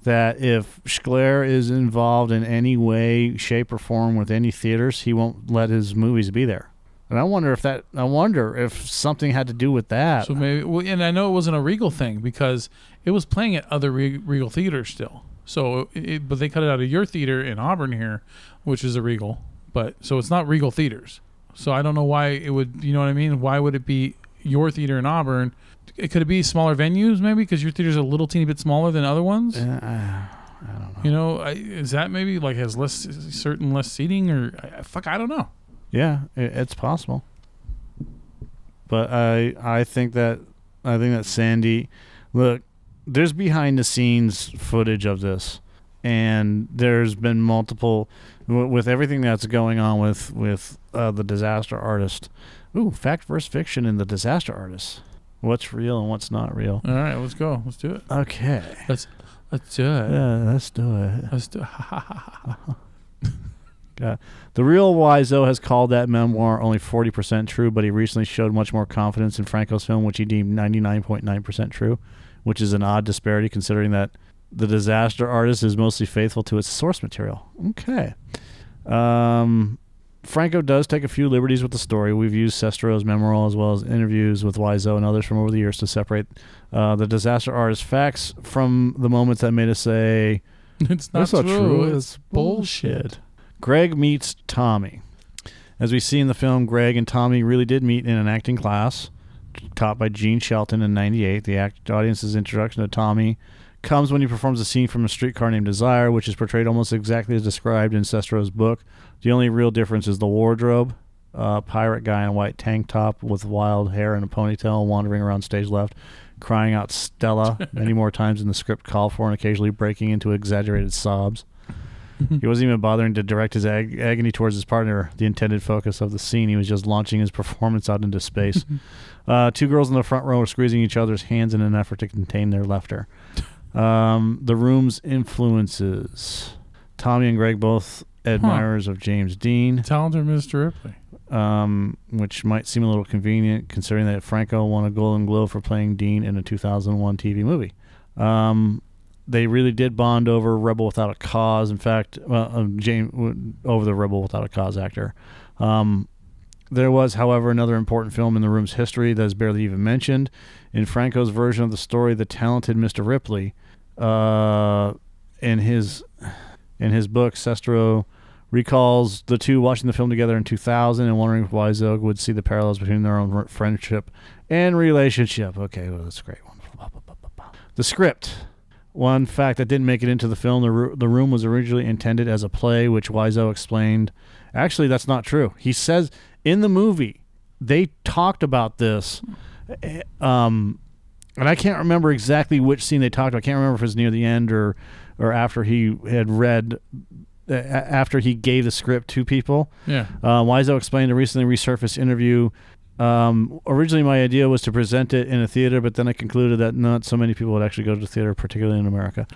that if Schler is involved in any way, shape, or form with any theaters, he won't let his movies be there. And I wonder if that. I wonder if something had to do with that.
So maybe, well, and I know it wasn't a Regal thing because it was playing at other Re- Regal theaters still. So, it- it, but they cut it out of your theater in Auburn here, which is a Regal. But so it's not Regal theaters. So I don't know why it would. You know what I mean? Why would it be your theater in Auburn? It could it be smaller venues maybe because your theater's a little teeny bit smaller than other ones.
Uh, I I don't know.
You know, I, is that maybe like has less certain less seating or I- I- fuck? I don't know.
Yeah, i it's possible. But I I think that I think that Sandy, look, there's behind the scenes footage of this, and there's been multiple w- with everything that's going on with with uh, the disaster artist. Ooh, fact versus fiction in the disaster artist. What's real and what's not real?
All right, let's go. Let's do it.
Okay,
Let's let's do it.
yeah, Uh, let's do it.
Let's do.
The real Wiseau has called that memoir only 40% true, but he recently showed much more confidence in Franco's film, which he deemed 99.9% true, which is an odd disparity considering that the disaster artist is mostly faithful to its source material. Okay. Um, Franco does take a few liberties with the story. We've used Sestero's memoir as well as interviews with Wiseau and others from over the years to separate uh, the disaster artist facts from the moments that made us say,
It's not, true. It's, bullshit.
Greg meets Tommy. As we see in the film, Greg and Tommy really did meet in an acting class taught by Gene Shelton in 98. The act- audience's introduction to Tommy comes when he performs a scene from A Streetcar Named Desire, which is portrayed almost exactly as described in Sestro's book. The only real difference is the wardrobe. Uh, pirate guy in a white tank top with wild hair and a ponytail wandering around stage left, crying out Stella many more times than the script called for and occasionally breaking into exaggerated sobs. He wasn't even bothering to direct his ag- agony towards his partner, the intended focus of the scene. He was just launching his performance out into space. uh, two girls in the front row were squeezing each other's hands in an effort to contain their laughter. Um, the room's influences. Tommy and Greg both admirers of James Dean,
Talented Mr. Ripley.
um, which might seem a little convenient considering that Franco won a Golden Globe for playing Dean in a 2001 TV movie. Um, they really did bond over Rebel Without a Cause. In fact, well, um, James over the Rebel Without a Cause actor. Um, there was, however, another important film in the room's history that is barely even mentioned. In Franco's version of the story, the talented Mr. Ripley, uh, in his in his book, Sestro recalls the two watching the film together in 2000 and wondering why Zog would see the parallels between their own r- friendship and relationship. Okay, well, that's a great one. Ba, ba, ba, ba, ba. The script. One fact that didn't make it into the film: the, ro- the room was originally intended as a play, which Wiseau explained. Actually, that's not true. He says in the movie they talked about this, eh, um, and I can't remember exactly which scene they talked about. I can't remember if it was near the end or or after he had read uh, after he gave the script to people.
Yeah.
Uh, Wiseau explained a recently resurfaced interview. Um, originally, my idea was to present it in a theater, but then I concluded that not so many people would actually go to the theater, particularly in America.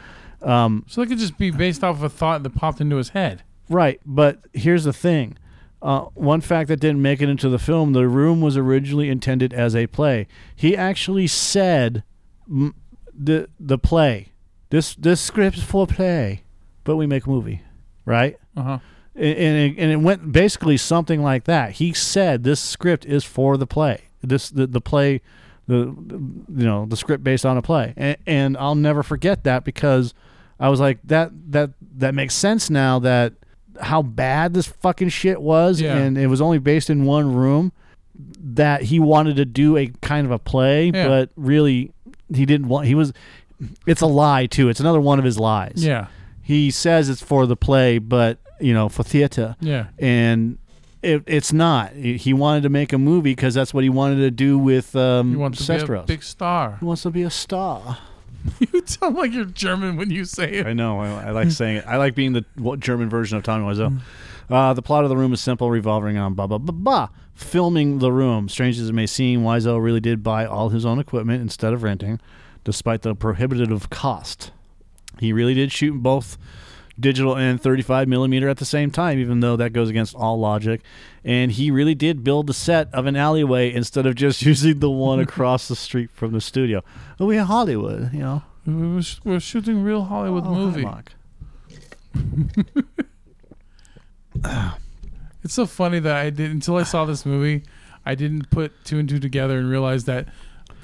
Um,
So that could just be based off of a thought that popped into his head.
Right, but here's the thing. Uh, one fact that didn't make it into the film: the room was originally intended as a play. He actually said m- the the play. This this script's for play, but we make a movie, right?
Uh huh.
And and it, and it went basically something like that. He said this script is for the play. This the, the play, the the- you know the script based on a play. And, and I'll never forget that because I was like that that that makes sense now that how bad this fucking shit was
Yeah.
and it was only based in one room that he wanted to do a kind of a play
Yeah.
but really he didn't want he was it's a lie too it's another one of his lies
Yeah.
he says it's for the play, but you know, for theater,
Yeah.
and it, it's not. He wanted to make a movie because that's what he wanted to do with um,
You want to be a
Sestros.
big star.
he wants to be a star.
you sound like you're German when you say it.
I know. I, I like saying it. I like being the w- German version of Tommy Wiseau. Uh, the plot of the room is simple, revolving on blah blah blah blah. Filming the room. Strange as it may seem, Wiseau really did buy all his own equipment instead of renting, despite the prohibitive cost. He really did shoot in both digital and 35 millimeter at the same time, even though that goes against all logic. And he really did build the set of an alleyway instead of just using the one across the street from the studio. Oh, we're in Hollywood, you know.
We were, sh- we're shooting real Hollywood
Oh, hi,
movie.
Mark.
It's so funny that I did until I saw this movie, I didn't put two and two together and realize that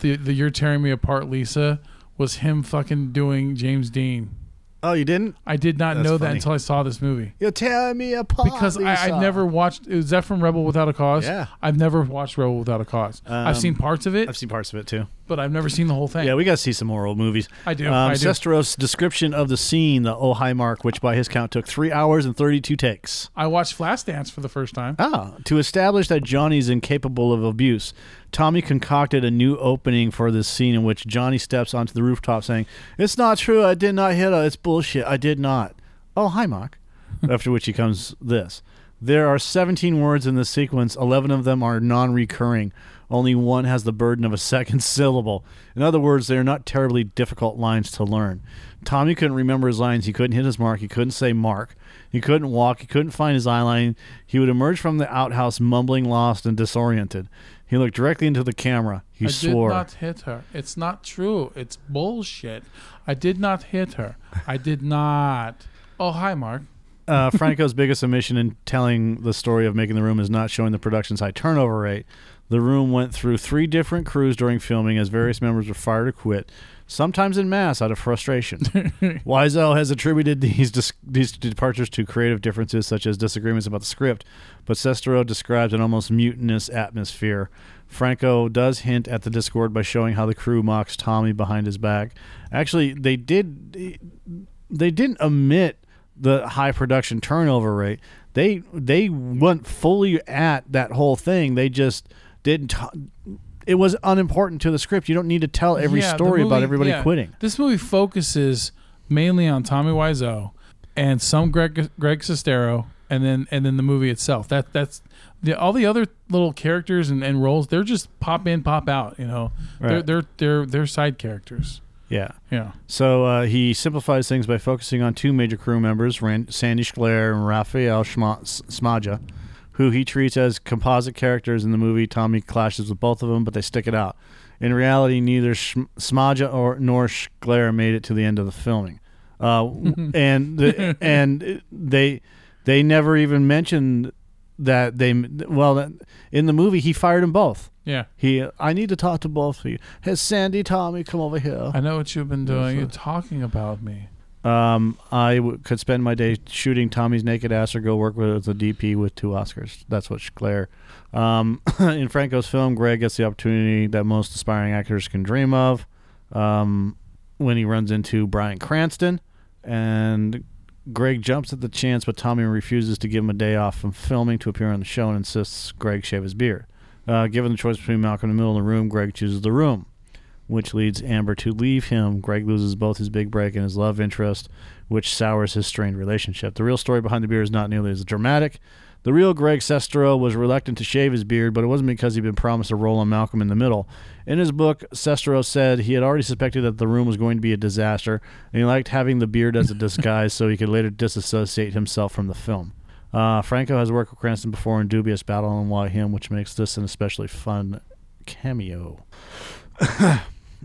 the the "You're Tearing Me Apart, Lisa" was him fucking doing James Dean.
Oh, you didn't?
I did not
That's
know that
funny.
until I saw this movie
You're tearing me apart.
because I,
Lisa.
I never watched. Is that from Rebel Without a Cause?
Yeah.
I've never watched Rebel Without a Cause.
Um,
I've seen parts of it,
I've seen parts of it too.
but I've never seen the whole thing.
Yeah, we got to see some more old movies.
I do,
Um,
I do.
Sestros' description of the scene, the Oh Hi Mark, which by his count took three hours and 32 takes.
I watched Flashdance for the first time.
Ah, to establish that Johnny's incapable of abuse, Tommy concocted a new opening for this scene in which Johnny steps onto the rooftop saying, It's not true. I did not hit her. It's bullshit. I did not. Oh, hi, Mark. After which he comes this. There are 17 words in this sequence. 11 of them are non recurring. Only one has the burden of a second syllable. In other words, they are not terribly difficult lines to learn. Tommy couldn't remember his lines. He couldn't hit his mark. He couldn't say mark. He couldn't walk. He couldn't find his eyeline. He would emerge from the outhouse mumbling, lost, and disoriented. He looked directly into the camera. He
I
swore.
did not hit her. It's not true. It's bullshit. I did not hit her. I did not. Oh, hi, Mark.
uh, Franco's biggest omission in telling the story of making the room is not showing the production's high turnover rate. The room went through three different crews during filming as various members were fired or quit, sometimes in mass out of frustration. Wiseau has attributed these dis- these departures to creative differences such as disagreements about the script, but Sestero describes an almost mutinous atmosphere. Franco does hint at the discord by showing how the crew mocks Tommy behind his back. Actually, they did they didn't omit the high production turnover rate. They they went fully at that whole thing. They just didn't. T- it was unimportant to the script. You don't need to tell every
Yeah, the
story about
movie-
everybody
yeah.
quitting.
This movie focuses mainly on Tommy Wiseau and some Greg Greg Sestero, and then and then the movie itself. That that's the all the other little characters and, and roles. They're just pop in, pop out. You know, they're
Right.
they're they're they're side characters.
Yeah.
Yeah,
So uh, he simplifies things by focusing on two major crew members, Rand- Sandy Schler and Raphael Schma- S- Smaja, who he treats as composite characters in the movie. Tommy clashes with both of them, but they stick it out. In reality, neither Sh- Smaja or nor Schler made it to the end of the filming, uh, and the, and they they never even mentioned that they well that, in the movie he fired them both.
Yeah.
He I need to talk to both of you. Has Sandy Tommy come over here?
I know what you've been doing. You're talking about me.
Um, I w- could spend my day shooting Tommy's naked ass or go work with as a DP with two Oscars. That's what Schler. Um, in Franco's film, Greg gets the opportunity that most aspiring actors can dream of um, when he runs into Brian Cranston. And Greg jumps at the chance, but Tommy refuses to give him a day off from filming to appear on the show and insists Greg shave his beard. Uh, given the choice between Malcolm in the middle of the room, Greg chooses the room which leads Amber to leave him. Greg loses both his big break and his love interest, which sours his strained relationship. The real story behind the beard is not nearly as dramatic. The real Greg Sestero was reluctant to shave his beard, but it wasn't because he'd been promised a role on Malcolm in the Middle. In his book, Sestero said he had already suspected that the room was going to be a disaster, and he liked having the beard as a disguise so he could later disassociate himself from the film. Uh, Franco has worked with Cranston before in Dubious Battle on Why Him, which makes this an especially fun cameo.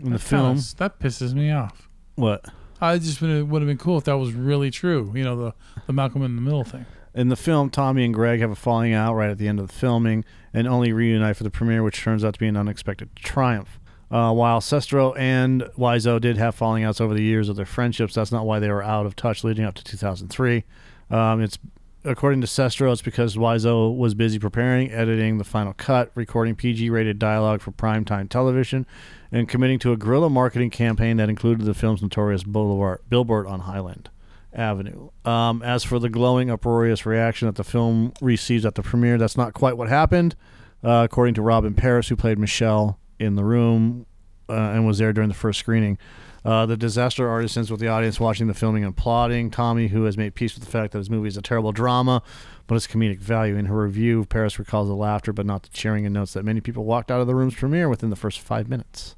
in the
That kinda
film,
s- that pisses me off.
what?
I just would have been cool if that was really true. You know, the, the Malcolm in the Middle thing.
In the film, Tommy and Greg have a falling out right at the end of the filming and only reunite for the premiere, which turns out to be an unexpected triumph. Uh, while Sestro and Wiseau did have falling outs over the years of their friendships, that's not why they were out of touch leading up to 2003. Um, it's according to Sestro, it's because Wiseau was busy preparing, editing the final cut, recording PG-rated dialogue for primetime television, and committing to a guerrilla marketing campaign that included the film's notorious boulevard, billboard on Highland. Avenue. Um, as for the glowing, uproarious reaction that the film receives at the premiere, that's not quite what happened. Uh, according to Robin Paris, who played Michelle in the room uh, and was there during the first screening, uh, the disaster artist ends with the audience watching the filming and applauding. Tommy, who has made peace with the fact that his movie is a terrible drama, but its comedic value. In her review, Paris recalls the laughter, but not the cheering, and notes that many people walked out of the room's premiere within the first five minutes.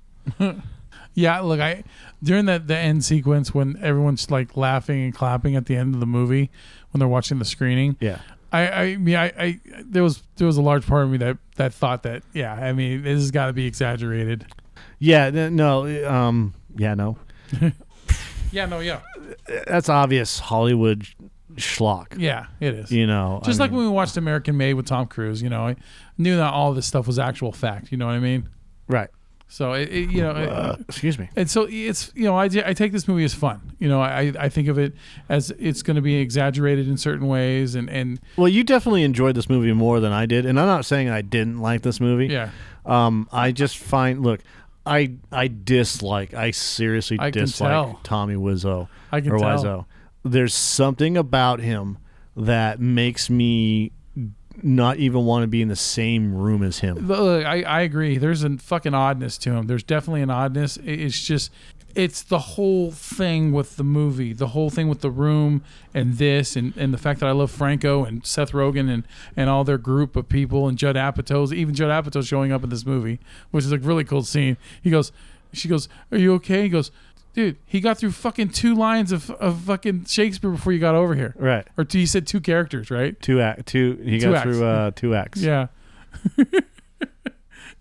Yeah, look, I during that the end sequence when everyone's like laughing and clapping at the end of the movie when they're watching the screening.
Yeah.
I, I mean, I, I there was there was a large part of me that that thought that yeah, I mean, this has got to be exaggerated.
Yeah, th- no, um, yeah, no.
Yeah, no, yeah,
that's obvious Hollywood schlock.
yeah, it is.
You know,
Just
I
like
mean,
when we watched American Made with Tom Cruise, you know, I knew that all this stuff was actual fact. You know what I mean?
right.
So it, it you know, it-
Uh, excuse me.
and so it's you know I, I take this movie as fun. You know, I I think of it as it's going to be exaggerated in certain ways, and and
Well, you definitely enjoyed this movie more than I did, and I'm not saying I didn't like this movie.
yeah,
Um, I just find look, I I dislike. I seriously
I can
dislike
tell.
Tommy Wiseau.
I can
or
tell.
Wiseau. There's something about him that makes me not even want to be in the same room as him.
Look, I, I agree. There's a fucking oddness to him. There's definitely an oddness. I- It's just, it's the whole thing with the movie, the whole thing with the room and this, and, and the fact that I love Franco and Seth Rogen and, and all their group of people and Judd Apatow's, even Judd Apatow showing up in this movie, which is a really cool scene. He goes, she goes, are you okay? He goes, dude, he got through fucking two lines of, of fucking Shakespeare before you got over here.
Right.
Or two, he said two characters, right?
Two act. Two. He
Two
got
acts.
through uh, two acts.
Yeah.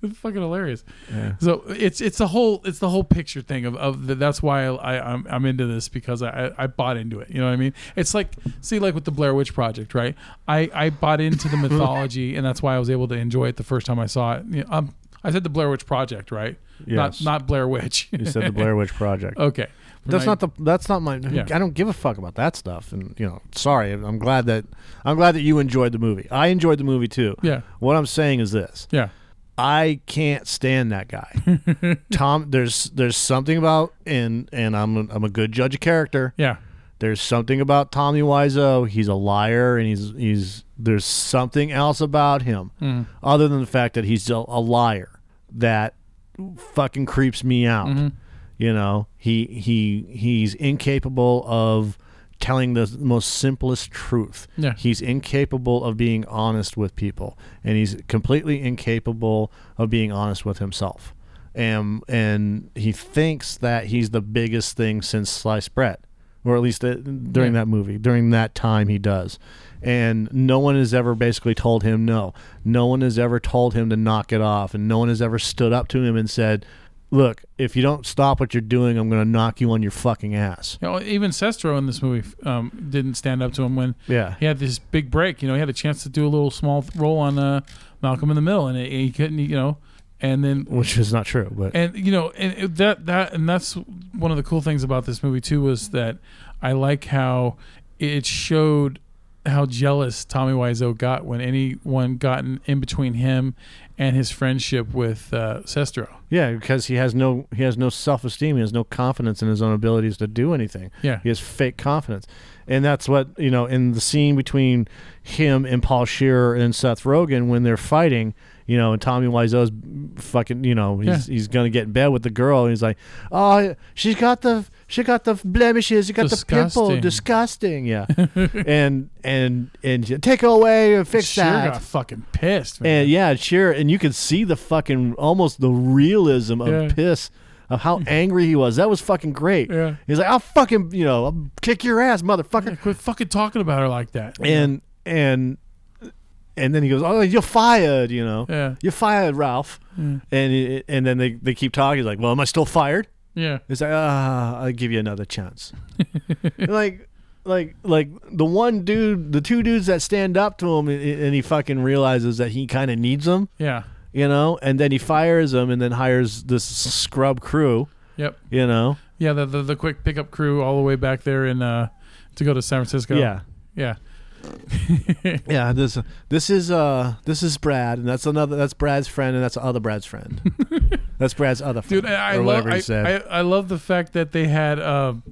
it's fucking hilarious.
Yeah.
So it's it's the whole it's the whole picture thing of, of the, that's why I, I'm I'm into this because I, I I bought into it. You know what I mean? It's like see like with the Blair Witch Project, right? I I bought into the mythology and that's why I was able to enjoy it the first time I saw it. You know, um, I said the Blair Witch Project, right?
Yes.
Not not Blair Witch.
You said the Blair Witch Project.
okay.
That's
When I-
not the. That's not my.
Oh, Yeah.
I don't give a fuck about that stuff. And you know, sorry. I'm glad that I'm glad that you enjoyed the movie. I enjoyed the movie too.
Yeah.
What I'm saying is this:
Yeah.
I can't stand that guy, Tom. There's there's something about and and I'm a, I'm a good judge of character.
Yeah.
There's something about Tommy Wiseau. He's a liar, and he's he's there's something else about him,
Hmm.
other than the fact that he's a, a liar that fucking creeps me out.
Mm-hmm.
You know, he he he's incapable of telling the most simplest truth.
Yeah.
He's incapable of being honest with people, and he's completely incapable of being honest with himself. And and he thinks that he's the biggest thing since sliced bread, or at least uh, during
Yeah.
that movie, during that time he does. And no one has ever basically told him no. No one has ever told him to knock it off, and no one has ever stood up to him and said, look, if you don't stop what you're doing, I'm going to knock you on your fucking ass.
You know, even Sestro in this movie um, didn't stand up to him when
Yeah.
he had this big break. You know, he had a chance to do a little small th- role on uh, Malcolm in the Middle, and it, he couldn't. You know, and then
Which is not true, but
and you know and it- that that and that's one of the cool things about this movie too was that I like how it showed how jealous Tommy Wiseau got when anyone gotten in between him and his friendship with uh, Sestro.
yeah, because he has no he has no self esteem, he has no confidence in his own abilities to do anything.
Yeah,
He has fake confidence, and that's what you know in the scene between him and Paul Shearer and Seth Rogen when they're fighting. You know, and Tommy Wiseau's fucking. You know, he's, he's gonna get in bed with the girl, and he's like, "Oh, she's got the she got the blemishes, she got the
Disgusting.
pimple, disgusting." Yeah, and and and she- take it away and fix
sure
that.
got fucking pissed, man.
And yeah, sure. And you can see the fucking almost the realism of
Yeah.
piss of how angry he was. That was fucking great.
Yeah.
He's like, I'll fucking you know, I'll kick your ass, motherfucker.
Quit fucking talking about her like that.
And and and then he goes, Oh, you're fired, you know.
Yeah. Mm.
You're fired, Ralph. And it, and then they, they keep talking. He's like, Well, am I still fired?
yeah,
It's like, ah, I'll give you another chance. like, like, like the one dude, the two dudes that stand up to him, and, and he fucking realizes that he kind of needs them
yeah,
you know, and then he fires them and then hires this scrub crew,
yep,
you know.
yeah. The, the the quick pickup crew all the way back there in uh to go to San Francisco.
Yeah.
yeah,
Yeah, this this is uh this is Brad and that's another that's Brad's friend and that's other Brad's friend. that's Brad's other friend.
dude. I, I
or
love.
whatever
I,
he said.
I, I love the fact that they had um,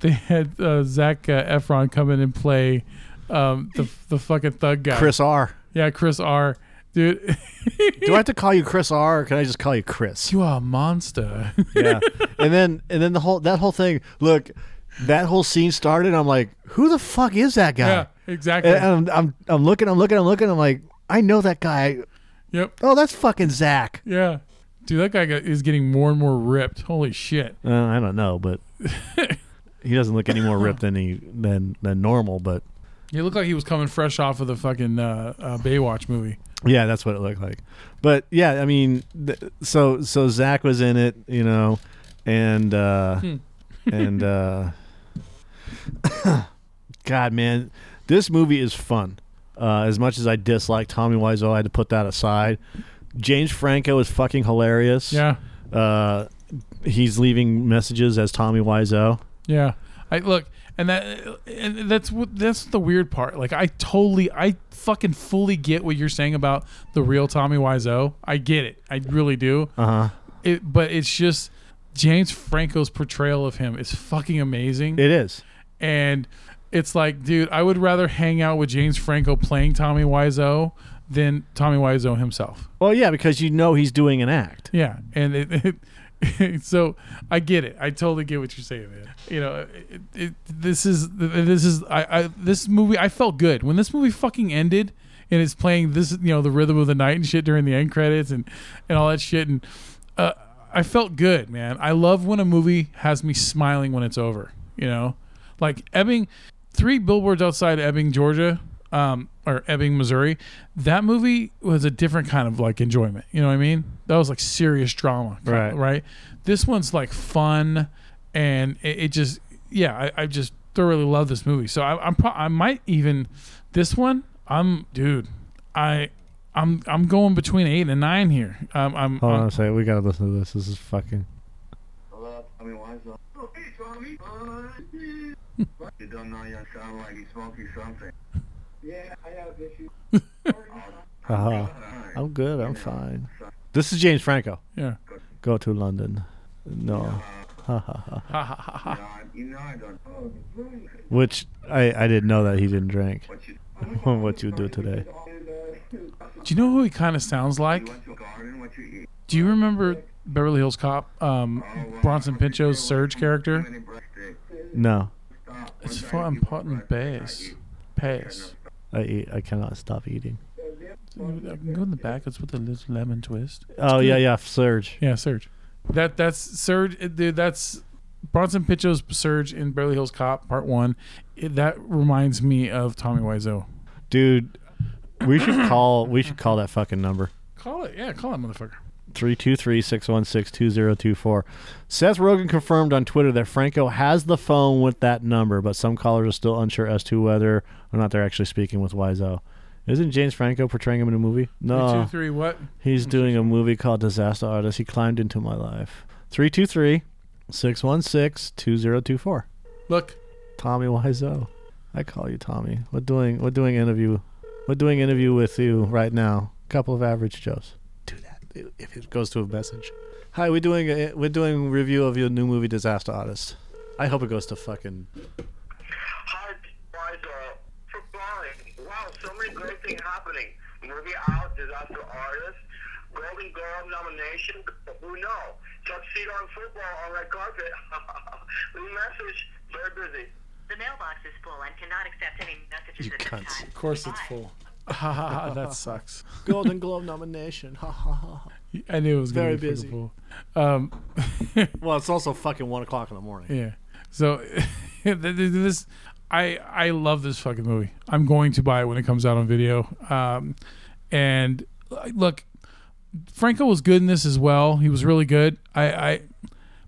they had uh, Zach uh, Efron come in and play um, the the fucking thug guy.
Chris R.
Yeah, Chris R. Dude,
Do I have to call you Chris R or can I just call you Chris?
you are a monster.
yeah. And then and then the whole that whole thing, look, that whole scene started, I'm like, who the fuck is that guy?
yeah, exactly.
And I'm, I'm I'm looking, I'm looking, I'm looking, I'm like, I know that guy.
yep.
Oh, that's fucking Zach.
Yeah. Dude, that guy got, is getting more and more ripped. Holy shit.
Uh, I don't know, but he doesn't look any more ripped than he than than normal. But
He looked like he was coming fresh off of the fucking uh, uh, Baywatch movie.
yeah, that's what it looked like. But yeah, I mean, th- so so Zach was in it, you know, and uh, and uh, God, man, this movie is fun. Uh, as much as I dislike Tommy Wiseau, I had to put that aside. James Franco is fucking hilarious.
Yeah.
Uh, he's leaving messages as Tommy Wiseau.
Yeah, I look, and that, and that's what that's the weird part. Like, I totally, I fucking fully get what you're saying about the real Tommy Wiseau. I get it, I really do.
Uh huh.
It, but it's just James Franco's portrayal of him is fucking amazing,
It is.
and it's like, dude, I would rather hang out with James Franco playing Tommy Wiseau than Tommy Wiseau himself.
Well, yeah, because you know he's doing an act.
Yeah, and it, it so I get it. I totally get what you're saying, man. You know, it, it, this is this is I, I this movie. I felt good when this movie fucking ended, and it's playing this you know the rhythm of the night and shit during the end credits and and all that shit, and uh, I felt good, man. I love when a movie has me smiling when it's over. You know, like Ebbing, three billboards outside Ebbing, Georgia. Um, or Ebbing, Missouri. That movie was a different kind of like enjoyment. You know what I mean? That was like serious drama,
Right.
Right. This one's like fun, and it, it just yeah, I, I just thoroughly love this movie. So I, I'm pro- I might even this one. I'm dude, I I'm I'm going between eight and nine here. Um, I'm,
Hold
I'm
on a second. We gotta listen to this. This is fucking.
Hello, Tommy Wiseau. Oh, hey, Tommy. Uh, you don't know you sound like you smoking something. Yeah, I have issues.
Uh-huh. I'm good. I'm fine. This is James Franco.
yeah.
Go to London. No,
you know I don't. Oh, right.
which I I didn't know that he didn't drink.
What you,
what you do today?
Do you know who he kind of sounds like?
you went to a garden, what you eat.
Do you remember Beverly Hills Cop? Um, Bronson Pinchot's Surge character.
Many breadsticks.
No,
Stop.
It's
One
for
time you
important
eat breadsticks, I
base.
eat.
Pace.
I eat, I cannot stop eating.
I can go in the back. It's with a little lemon twist.
Oh yeah, yeah, Surge.
Yeah, Surge. That that's Surge, uh, dude. That's Bronson Pinchot's Surge in Beverly Hills Cop Part One. It, that reminds me of Tommy Wiseau.
Dude, we should call we should call that fucking number.
Call it, yeah, call that motherfucker.
323-616-2024. Seth Rogen confirmed on Twitter that Franco has the phone with that number, but some callers are still unsure as to whether or not they're actually speaking with Wiseau. Isn't James Franco portraying him in a movie? No.
Three, two, three, what?
He's doing a movie called Disaster Artist. He climbed into my life. 323 616 2024.
Look,
Tommy Wiseau. I call you Tommy. We're doing we're doing interview we're doing interview with you right now. Couple of average Joes. Do that i- if it goes to a message. Hi, we're doing a, we're doing review of your new movie Disaster Artist. I hope it goes to fucking
Hi, Wiseau. For calling. uh, Wow, so many great things happening. Movie out, disaster artist, Golden Globe nomination. Who know? Tuxedo on football on red carpet. we message. Very busy.
The mailbox is full and cannot accept any messages
You
at this
cunts.
time.
of course it's full. Ha ha ha! That sucks.
Golden Globe nomination. Ha ha ha.
I knew it was going
Very
to be
busy.
fucking full. Um,
Well, it's also fucking one o'clock in the morning.
Yeah. So th- th- this, I I love this fucking movie. I'm going to buy it when it comes out on video. Um, and uh, look, Franco was good in this as well. He was really good. I, I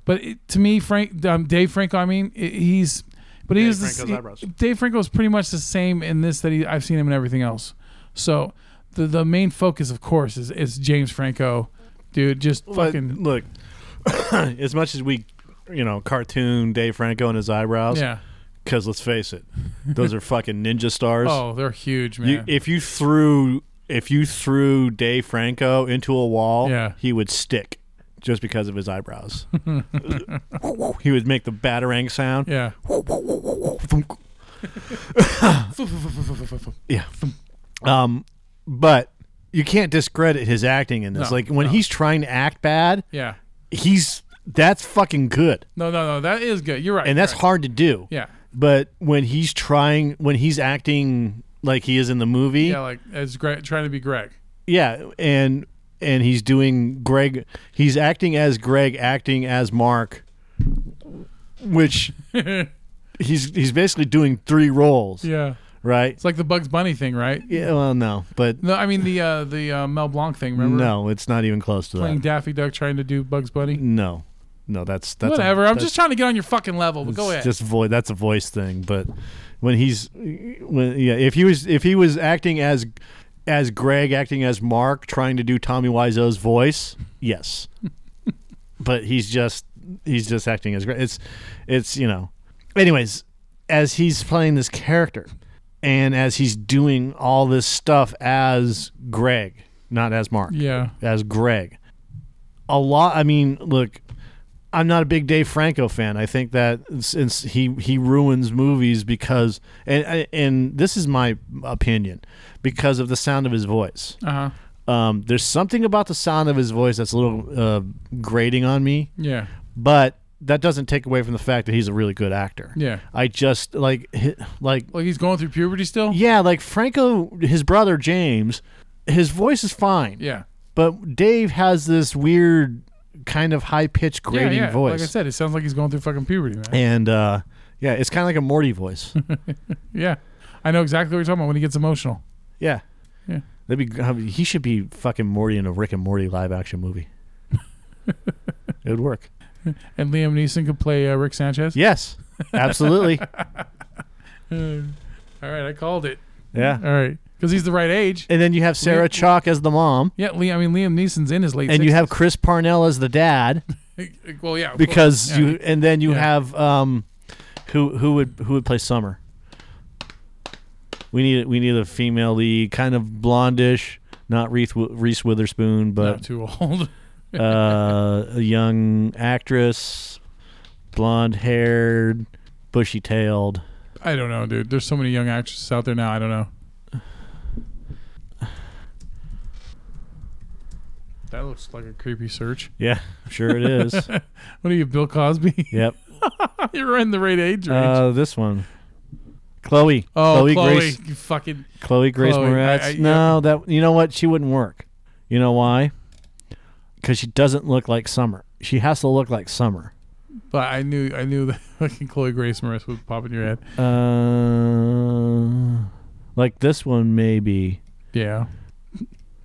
but it, to me, Frank, um, Dave Franco. I mean, i he's, but he
Dave
is the s-
Franco's eyebrows.
Dave Franco is pretty much the same in this that he, I've seen him in everything else. So the the main focus, of course, is is James Franco, dude. Just
But
fucking
look, as much as we, you know, cartoon Dave Franco and his eyebrows.
yeah.
Because let's face it, those are fucking ninja stars.
Oh, they're huge, man.
You, if you threw if you threw Dave Franco into a wall,
Yeah.
he would stick just because of his eyebrows. he would make the batarang sound.
yeah.
Yeah. Um, but you can't discredit his acting in this.
No,
like when
no.
he's trying to act bad,
Yeah.
he's that's fucking good,
No, no, no. That is good. You're right.
and that's
you're right.
hard to do.
Yeah.
But when he's trying, when he's acting like he is in the movie,
Yeah, like as Greg trying to be Greg.
Yeah, and and he's doing Greg. He's acting as Greg, acting as Mark, which he's he's basically doing three roles,
Yeah.
right?
It's like the Bugs Bunny thing, right?
Yeah, well, no, but
No, I mean the uh, the uh, Mel Blanc thing. Remember?
no, it's not even close to
Playing
that.
Daffy Duck trying to do Bugs Bunny.
No, no, that's that's a-
Whatever. I'm
that's-
just trying to get on your fucking level. But go
it's
ahead.
Just voice. That's a voice thing. But when he's when yeah, if he was if he was acting as as Greg, acting as Mark, trying to do Tommy Wiseau's voice, yes. but he's just he's just acting as Greg. It's it's you know. Anyways, as he's playing this character, and as he's doing all this stuff as Greg, not as Mark
yeah.
as Greg. A lot. I mean, look, I'm not a big Dave Franco fan. I think that since he he ruins movies because and and this is my opinion because of the sound of his voice.
Uh huh.
Um, there's something about the sound of his voice that's a little uh, grating on me,
Yeah.
but that doesn't take away from the fact that he's a really good actor.
Yeah.
I just like hi- like
Like he's going through puberty still.
yeah, like Franco, his brother James, his voice is fine
Yeah.
but Dave has this weird kind of high pitched
Yeah,
grating
yeah.
voice.
Like I said, it sounds like he's going through fucking puberty, man.
And uh, yeah, it's kind of like a Morty voice.
Yeah. I know exactly what you're talking about when he gets emotional.
yeah.
Yeah.
That'd be, I mean, he should be fucking Morty in a Rick and Morty live action movie. it would work.
And Liam Neeson could play uh, Rick Sanchez.
Yes. Absolutely.
All right, I called it.
yeah.
All right, because he's the right age.
And then you have Sarah Chalk as the mom,
Yeah, Liam. I mean, Liam Neeson's in his late.
and you have Chris Parnell as the dad,
60s. well, yeah, of course.
because
Yeah.
you. And then you
Yeah.
have um, who who would who would play Summer? We need we need a female lead, kind of blondish, not Reese, Wi- Reese Witherspoon,
not
but
too old.
uh, a young actress, blonde haired, bushy tailed.
I don't know, dude. There's so many young actresses out there now. I don't know. That looks like a creepy search.
Yeah, sure it is.
What are you, Bill Cosby?
yep.
You're in the right age range.
Uh, this one, Chloe.
oh, Chloe,
Grace.
you fucking
Chloe Grace
Chloe, I-
Moretz.
I-
no, that you know what? She wouldn't work. You know why? Because she doesn't look like Summer. She has to look like Summer.
but I knew I knew that fucking Chloe Grace Moretz would pop in your head.
Uh, like this one, maybe.
Yeah.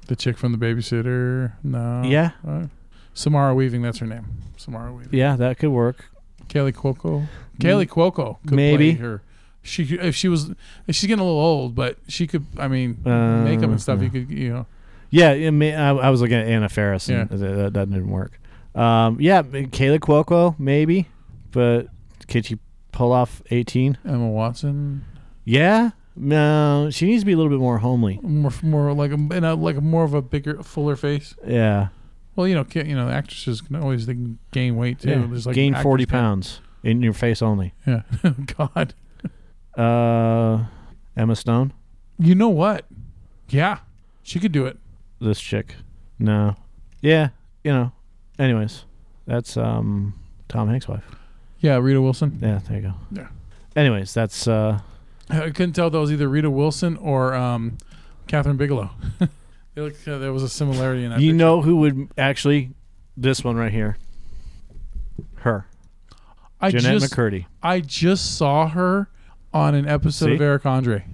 The chick from the babysitter. No.
Yeah.
Uh, Samara Weaving. That's her name. Samara Weaving.
Yeah, that could work.
Kaylee Cuoco. Kaylee Cuoco could
Mm. Maybe.
play her. She could- if she was she's getting a little old, but she could. I mean,
Uh,
makeup and stuff.
yeah.
You could you know.
Yeah, it may, I, I was looking at Anna Faris, and
Yeah.
that, that- that didn't work. Um, yeah, Kayla Cuoco maybe, but could she pull off eighteen?
Emma Watson,
Yeah, no, she needs to be a little bit more homely.
more more like a in a, like a more of a bigger, fuller face.
Yeah,
Well, you know, ca- you know, actresses can always they can gain weight too.
yeah.
There's, like,
gain
actors
forty
can-
pounds in your face only.
Yeah. God.
Uh, Emma Stone,
You know what? Yeah, she could do it.
this chick. No, yeah, you know. Anyways, that's um Tom Hanks' wife.
Yeah, Rita Wilson.
Yeah, there you go.
Yeah.
Anyways, that's uh
I couldn't tell if that was either Rita Wilson or um, Catherine Bigelow. they looked, uh, there was a similarity in that.
you
picture.
know who would actually this one right here. Her.
I
Jeanette
just,
McCurdy.
I just saw her on an episode
See?
of Eric Andre.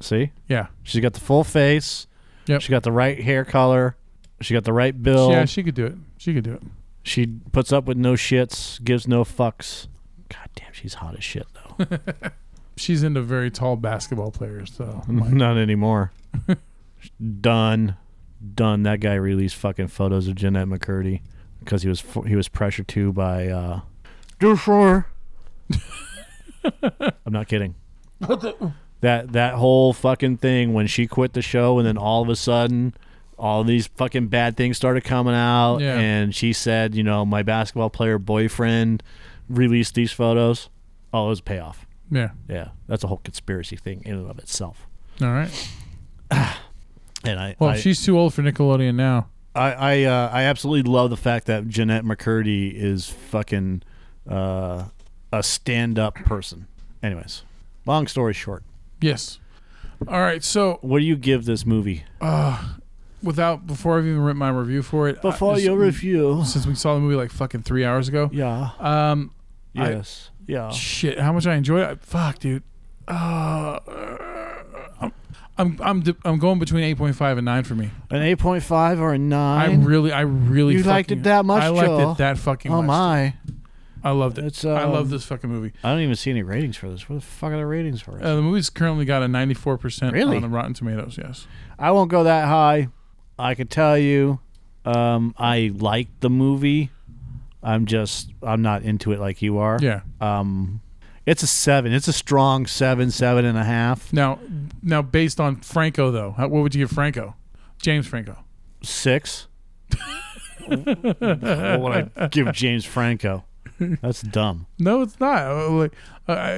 See?
Yeah.
She's got the full face.
Yep.
She got the right hair color. She got the right build.
Yeah, she could do it. She could do it.
She puts up with no shits, gives no fucks. God damn, she's hot as shit though.
She's into very tall basketball players, so I'm like,
Not anymore. Done. Done. That guy released fucking photos of Jeanette McCurdy because he was fo- he was pressured to by uh Dusher. I'm not kidding. That that whole fucking thing when she quit the show and then all of a sudden all these fucking bad things started coming out
Yeah.
and she said, you know, my basketball player boyfriend released these photos. Oh, it was a payoff.
yeah.
Yeah, that's a whole conspiracy thing in and of itself.
All right.
And I,
Well,
I,
she's too old for Nickelodeon now.
I, I, uh, I absolutely love the fact that Jeanette McCurdy is fucking uh, a stand-up person. Anyways, long story short,
Yes. All right. So
what do you give this movie?
without before I've even written my review for it, I- this-
review,
since we saw the movie like fucking three hours ago.
yeah,
Um, I-
yes, yeah,
shit, how much I enjoyed it. Fuck, dude. Uh, I'm I'm di- I'm going between eight point five and nine for me.
an eight point five or a
I
nine?
really, I really
You liked
fucking-
it that much,
I liked
Joel?
it that fucking
oh
much.
my!
I loved it.
It's,
I love
um,
this fucking movie.
I don't even see any ratings for this. What the fuck are the ratings for? it?
Uh, the movie's currently got a ninety four percent
Really?
on the Rotten Tomatoes. Yes,
I won't go that high. I can tell you, um, I like the movie. I'm just I'm not into it like you are.
yeah.
Um, it's a seven. It's a strong seven, seven and a half,
Now, now based on Franco though, how, what would you give Franco? James Franco.
six. what would I give James Franco? That's dumb.
No, it's not. Uh, Like,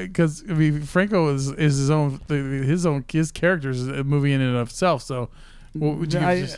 because I mean, Franco is is his own his own his character is a movie in and of itself. So, what would you?
Mm, I-
just,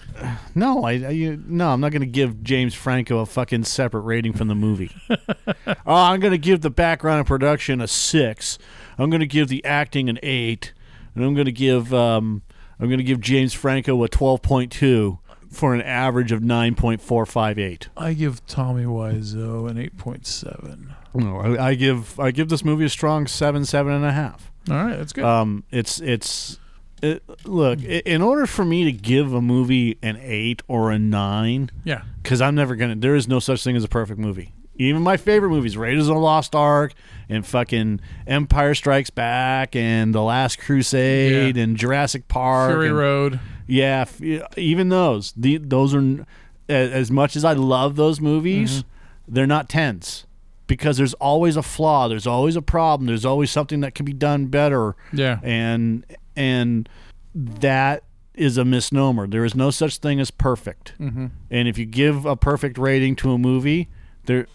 No, I, I you, no, I'm not going to give James Franco a fucking separate rating from the movie. oh, I'm going to give the background and production a six. I'm going to give the acting an eight, and I'm going to give um, I'm going to give James Franco a twelve point two for an average of nine point four five eight.
I give Tommy Wiseau an eight point seven.
No, I, I give I give this movie a strong seven, seven and a half.
All right, that's good.
Um, it's it's it, look i in order for me to give a movie an eight or a nine.
yeah,
because I'm never gonna. There is no such thing as a perfect movie. Even my favorite movies, Raiders of the Lost Ark, and fucking Empire Strikes Back, and The Last Crusade,
Yeah.
and Jurassic Park,
Fury
and-
Road.
Yeah, f- even those. The, those are n- a- as much as I love those movies, they're not tens because there's always a flaw, there's always a problem, there's always something that can be done better
Yeah,
and and that is a misnomer. There is no such thing as perfect. Mm-hmm. And if you give a perfect rating to a movie, there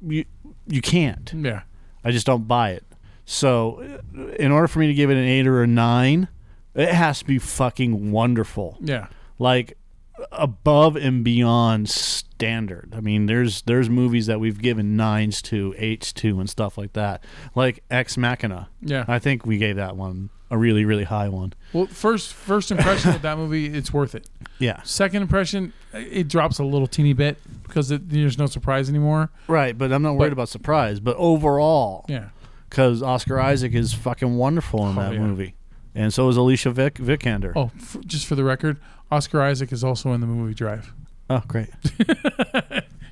you you can't.
yeah.
I just don't buy it. So, uh, in order for me to give it an eight or a nine, it has to be fucking wonderful
Yeah.
like above and beyond standard. I mean, there's there's movies that we've given nines to, eights to, and stuff like that. Like Ex Machina.
Yeah.
I think we gave that one a really really high one.
Well, first first impression with that movie, it's worth it.
Yeah,
Second impression, uh, it drops a little teeny bit because it, there's no surprise anymore.
right. But I'm not worried
But-
about surprise. But overall,
Yeah, Oh,
because Oscar Isaac is fucking wonderful in that
yeah.
movie, and so is Alicia Vick- Vikander.
Oh, f- Oh, just for the record, Oscar Isaac is also in the movie Drive.
Oh, great.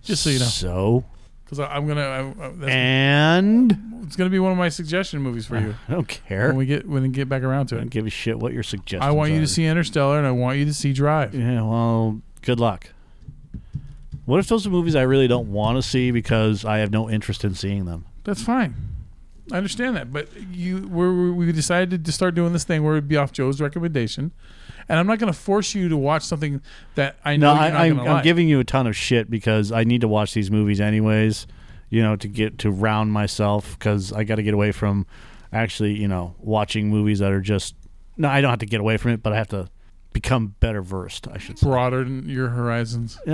Just so you know,
So
because I'm gonna I, I, that's,
and
it's gonna be one of my suggestion movies for you
I don't care.
when we get when we get back around to
I don't
it.
give a shit what your suggestions.
I want you
are.
to see Interstellar and I want you to see Drive.
Yeah. Well, good luck. What if those are movies I really don't want to see because I have no interest in seeing them?
That's fine. I understand that, but you we're, we decided to start doing this thing where it'd be off Joe's recommendation, and I'm not going to force you to watch something that I
No,
know you're
I,
not going
I'm,
to
I'm
like.
giving you a ton of shit because I need to watch these movies anyways, you know, to get to round myself because I got to get away from actually, you know, watching movies that are just. No, I don't have to get away from it, but I have to become better versed, I should say.
broader than your horizons.
Uh,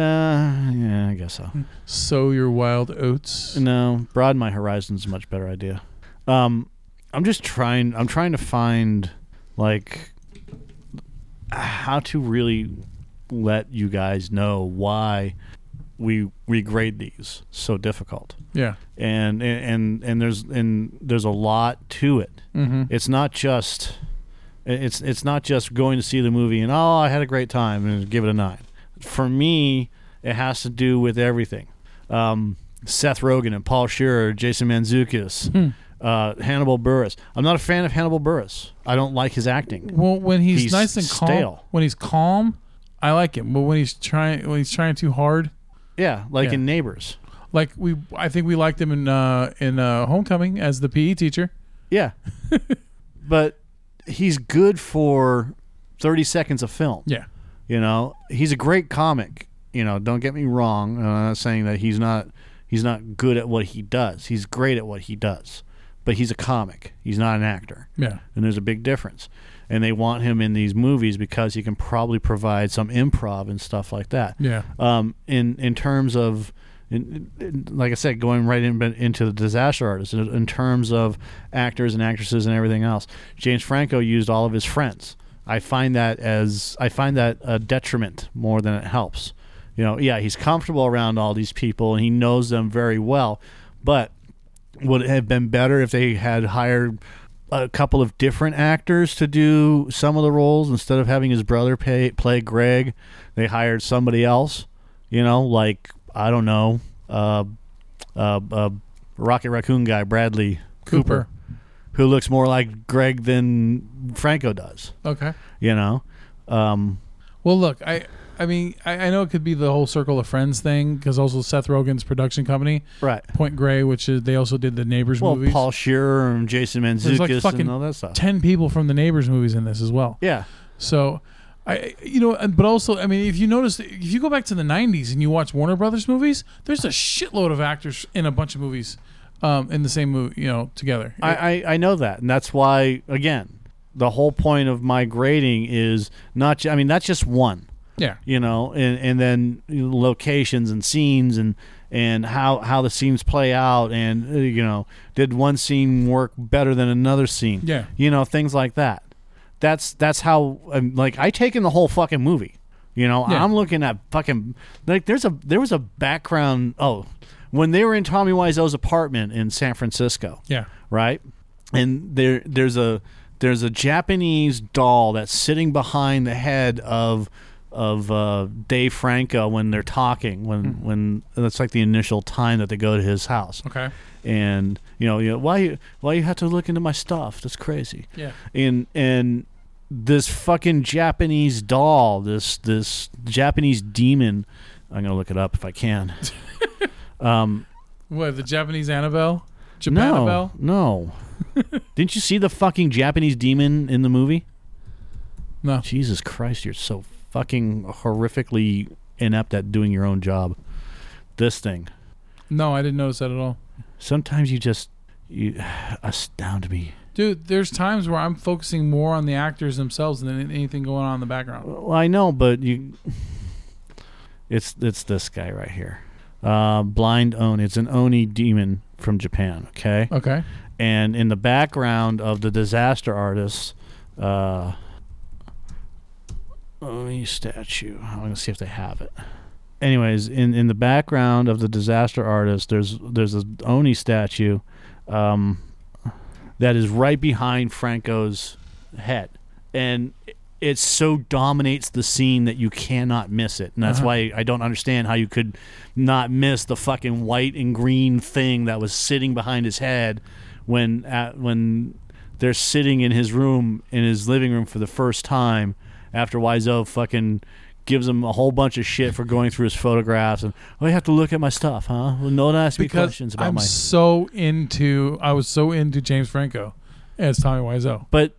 yeah, I guess so.
Hmm. Sow your wild oats.
No, broaden my horizons is a much better idea. Um, I'm just trying. I'm trying to find like how to really let you guys know why we regrade these so difficult.
Yeah.
And and and there's and there's a lot to it.
Mm-hmm.
It's not just it's it's not just going to see the movie and oh I had a great time and give it a nine. For me, it has to do with everything. Um, Seth Rogen and Paul Shearer, Jason Manzukis,
Hmm.
uh, Hannibal Burris. I'm not a fan of Hannibal Burris. I don't like his acting.
Well, when he's,
He's
nice and calm,
stale.
when he's calm, I like him. But when he's trying, when he's trying too hard,
Yeah, like
Yeah.
in Neighbors.
like we, I think we liked him in uh, in uh, Homecoming as the PE teacher.
Yeah, but he's good for 30 seconds of film.
Yeah.
You know, he's a great comic. You know, don't get me wrong. and I'm not saying that he's not he's not good at what he does. He's great at what he does, but he's a comic. He's not an actor,
Yeah.
and there's a big difference. And they want him in these movies because he can probably provide some improv and stuff like that.
Yeah.
Um, in in terms of, in, in- like I said, going right in, into the disaster artist. In, in terms of actors and actresses and everything else, James Franco used all of his friends. I find that as I find that a detriment more than it helps. You know, yeah, he's comfortable around all these people and he knows them very well, but would it have been better if they had hired a couple of different actors to do some of the roles instead of having his brother pay, play Greg? They hired somebody else, you know, like I don't know, uh, uh, uh, Rocket Raccoon guy Bradley
Cooper.
who looks more like Greg than Franco does,
Okay.
you know. Um,
Well, look, I, I mean, I, I know it could be the whole circle of friends thing because also Seth Rogen's production company,
right.
Point Grey, which is they also did the Neighbors
Well,
movies.
Paul Shearer and Jason Manzukis
like fucking
and all that stuff.
Ten people from the Neighbors movies in this as well.
yeah,
So, I, you know, and- but also, I mean, if you notice, if you go back to the '90s and you watch Warner Brothers movies, there's a shitload of actors in a bunch of movies, um, in the same movie, you know, together.
I, I, I know that, and that's why again, the whole point of my grading is not. ju- I mean, that's just one.
yeah.
you know, and, and then you know, locations and scenes and and how how the scenes play out, and uh, you know, did one scene work better than another scene?
Yeah.
you know, things like that. That's that's how um, like I take in the whole fucking movie. You know,
Yeah.
I'm looking at fucking like there's a there was a background. Oh, when they were in Tommy Wiseau's apartment in San Francisco
Yeah.
right? And there there's a there's a Japanese doll that's sitting behind the head of of uh, Dave Franco when they're talking when when that's like the initial time that they go to his house.
Hmm. Okay.
And you know, you know, why you why you have to look into my stuff? That's crazy.
Yeah.
And and this fucking Japanese doll, this this Japanese demon. I'm gonna look it up if I can.
What the Japanese Annabelle? Japanabelle?
No, no. Didn't you see the fucking Japanese demon in the movie?
No.
Jesus Christ, you're so fucking horrifically inept at doing your own job. This thing.
No, I didn't notice that at all.
Sometimes you just you astound me.
Dude, there's times where I'm focusing more on the actors themselves than anything going on in the background.
Well, I know, but you. It's it's this guy right here. Uh, blind Oni. It's an Oni demon from Japan. Okay.
Okay.
and in the background of the disaster artist uh Oni statue i'm gonna see if they have it anyways in in the background of the disaster artist there's there's a oni statue um that is right behind franco's head and it so dominates the scene that you cannot miss it. And that's
Uh-huh.
why I don't understand how you could not miss the fucking white and green thing that was sitting behind his head when at, when they're sitting in his room in his living room for the first time after Wiseau fucking gives him a whole bunch of shit for going through his photographs and oh you have to look at my stuff, huh? Well, no one asked me
because
questions about
I'm
my
so into I was so into James Franco as Tommy Wiseau.
But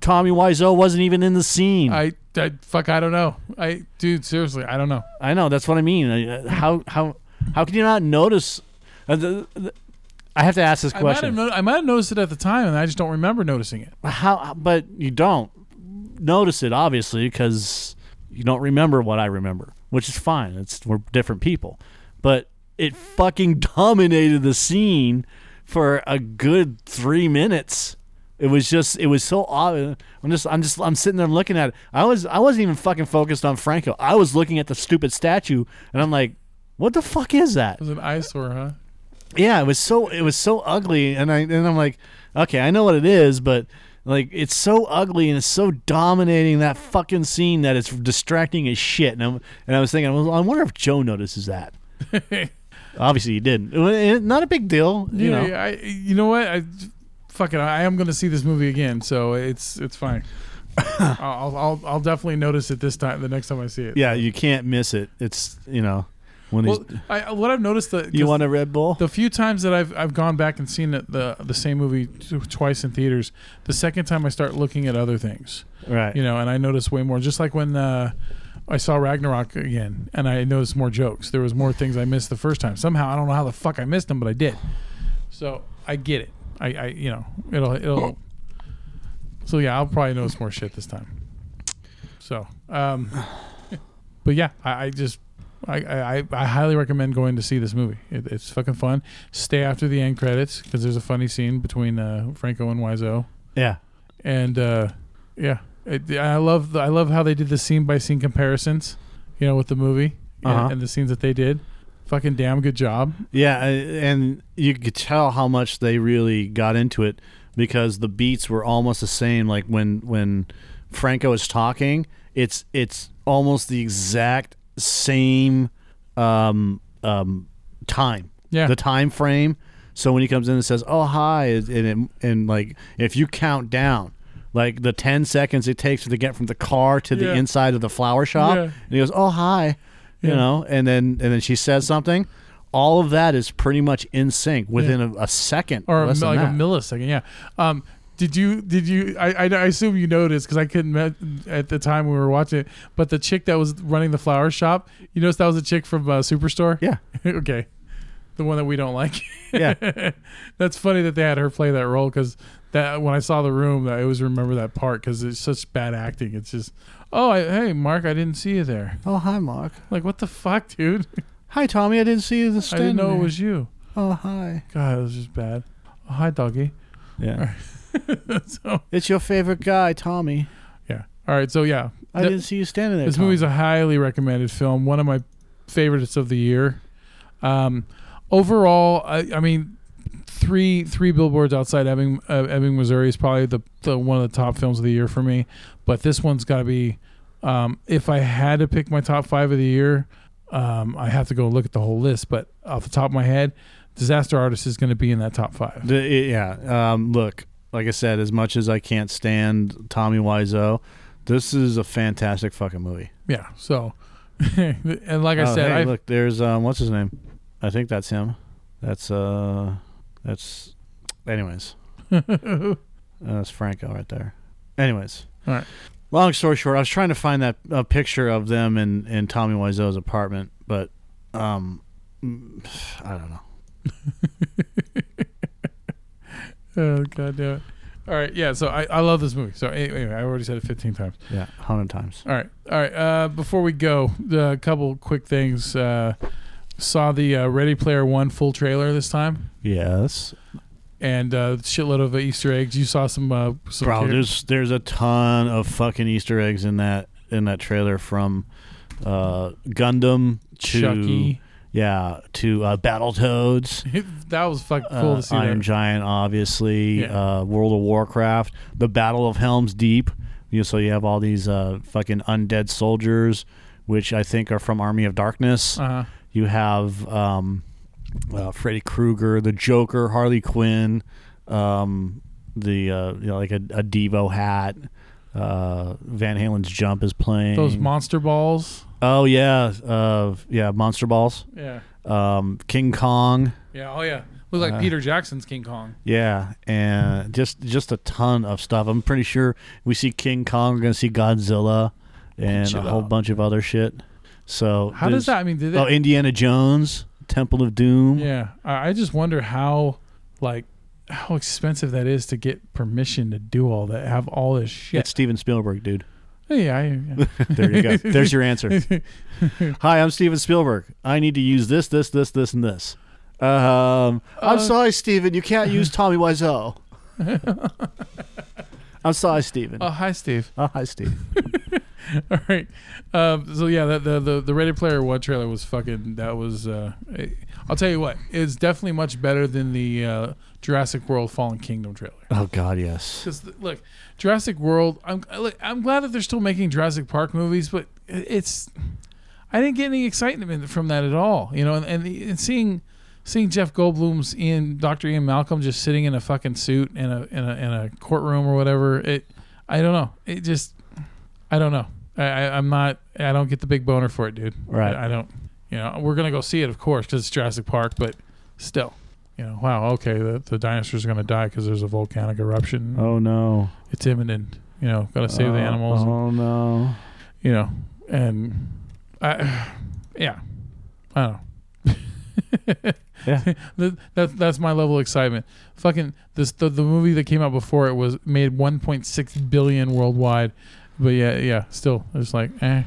Tommy Wiseau wasn't even in the scene.
I, I fuck I don't know. I dude seriously I don't know.
I know that's what I mean. Uh, How how how can you not notice? uh, the- the- I have to ask this
I might, have
question.
no- I might have noticed it at the time, and I just don't remember noticing it.
How but you don't notice it obviously because you don't remember what I remember, which is fine. It's we're different people, but it fucking dominated the scene for a good three minutes. It was just it was so obvious. I'm just I'm just I'm sitting there looking at it. I was I wasn't even fucking focused on Franco. I was looking at the stupid statue, and I'm like, what the fuck is that?
It was an eyesore, huh?
yeah it was so it was so ugly and i and i'm like okay i know what it is but like it's so ugly and it's so dominating that fucking scene that it's distracting as shit and, I'm, and i was thinking well, i wonder if joe notices that obviously he didn't It wa- it- not a big deal you
yeah,
know
yeah, I, you know what? I fuck it. I am going to see this movie again, so it's it's fine. I'll, I'll I'll definitely notice it this time. The next time I see it.
yeah you can't miss it it's you know when
Well,
he's,
I, what I've noticed uh, that
you want a red bull
the few times that I've I've gone back and seen it, the the same movie t- twice in theaters, the second time I start looking at other things,
right
you know, and I notice way more. Just like when uh, I saw Ragnarok again, and I noticed more jokes. There was more things I missed the first time. Somehow I don't know how the fuck I missed them, but I did. So I get it. I, I you know it'll it'll. So yeah, I'll probably notice more shit this time. So, um, but yeah, I, I just I, I I- I highly recommend going to see this movie. It, it's fucking fun. Stay after the end credits because there's a funny scene between uh, Franco and Wiseau,
yeah
and uh, yeah, it, I love the, I love how they did the scene by scene comparisons, you know, with the movie
Uh-huh.
and, and the scenes that they did. Fucking damn good job.
Yeah, I- and you could tell how much they really got into it because the beats were almost the same. Like when when Franco is talking, it's it's almost the exact same um, um, time.
Yeah.
the time frame. So when he comes in and says, "Oh hi," and and, it, and like if you count down. Like the ten seconds it takes to get from the car to the
Yeah.
inside of the flower shop,
Yeah.
and he goes, "Oh hi," you
Yeah.
know, and then and then she says something. All of that is pretty much in sync within
Yeah.
a, a second
or a,
less
mi- like
than that.
a millisecond. Yeah. Um, did you did you? I, I, I assume you noticed because I couldn't me- at the time we were watching it. But the chick that was running the flower shop, you noticed that was a chick from uh, Superstore.
Yeah.
okay. The one that we don't like.
yeah,
That's funny that they had her play that role because that when I saw the room, I always remember that part because it's such bad acting. It's just, oh, I, hey, Mark, I didn't see you there.
oh hi Mark,
Like, what the fuck, dude?
hi Tommy, I didn't see you this.
I didn't know it was you.
Oh hi,
God, it was just bad. Oh, hi, doggy.
yeah,
so
it's your favorite guy, Tommy.
yeah. All right. So yeah,
I
Th-
didn't see you standing there.
This
Tommy.
movie's a highly recommended film. One of my favorites of the year. Um, overall, I, I mean, three three billboards outside Ebbing, uh, Ebbing, Missouri is probably the, the one of the top films of the year for me. But this one's got to be. Um, if I had to pick my top five of the year, um, I have to go look at the whole list. But off the top of my head, Disaster Artist is going to be in that top five.
The, it- yeah. Um, look, like I said, as much as I can't stand Tommy Wiseau, this is a fantastic fucking movie.
Yeah. So, and like I
Oh,
said,
hey,
I,
look, there's um, what's his name? I think that's him. That's uh, that's, anyways, uh, that's Franco right there. Anyways,
all right.
long story short, I was trying to find that uh, picture of them in in Tommy Wiseau's apartment, but um, mm, I don't know.
Oh god damn it! All right, yeah. So I, I love this movie. So anyway, anyway, I already said it fifteen times.
Yeah, hundred times.
All right, all right. Uh, before we go, a couple quick things. Uh, saw the uh, Ready Player One full trailer this time,
Yes.
and uh, shitload of Easter eggs. You saw some, uh, some
Bro,
char-
there's there's a ton of fucking Easter eggs in that in that trailer from uh, Gundam to
Chucky.
yeah to uh, Battletoads.
that was fucking cool
uh,
to see.
Iron
that.
Giant, obviously,
Yeah.
uh, World of Warcraft, the Battle of Helm's Deep. You so you have all these uh, fucking undead soldiers, which I think are from Army of Darkness.
Uh-huh.
You have um, uh, Freddy Krueger, the Joker, Harley Quinn, um, the uh, you know, like a, a Devo hat. Uh, Van Halen's jump is playing.
Those monster balls.
oh yeah, uh, yeah, Monster Balls.
Yeah.
Um, King Kong.
Yeah. Oh yeah. Look like Peter Jackson's King Kong.
Yeah, and just just a ton of stuff. I'm pretty sure we see King Kong, we're gonna see Godzilla, and a
Godzilla.
whole bunch of other shit. So
How does
there's-
that- I mean, did they-
oh, Indiana Jones, Temple of Doom.
Yeah. I, I just wonder how like how expensive that is to get permission to do all that, have all this shit.
It's Steven Spielberg, dude.
yeah, I, yeah.
There you go. There's your answer. Hi, I'm Steven Spielberg. I need to use this, this, this, this, and this. Um,
Uh,
I'm sorry, Steven. You can't use Tommy Wiseau. I'm sorry, Steven.
Oh, hi, Steve.
oh, hi, Steve.
All right. Um, so yeah, the, the the the Ready Player One trailer was fucking. That was. Uh, it- I'll tell you what. It's definitely much better than the uh, Jurassic World Fallen Kingdom trailer.
Oh God, yes.
Because look, Jurassic World. I'm look, I'm glad that they're still making Jurassic Park movies, but it- it's. I didn't get any excitement in- from that at all. You know, and and, the, and seeing. Seeing Jeff Goldblum's Ian, Dr. Ian Malcolm just sitting in a fucking suit in a in a, in a courtroom or whatever, it, I don't know. It just, I don't know. I, I I'm not. I don't get the big boner for it, dude.
Right.
I, I don't. You know, we're gonna go see it, of course, because it's Jurassic Park. But still, you know, wow. Okay, the, the dinosaurs are gonna die because there's a volcanic eruption
Oh no.
it's imminent. You know, gotta save the
Oh,
animals. and-
Oh no.
you know, and I, yeah, I don't know.
Yeah.
That- that's that's my level of excitement. Fucking this the, the movie that came out before it was made 1.6 billion worldwide, but yeah, yeah, still it's like eh.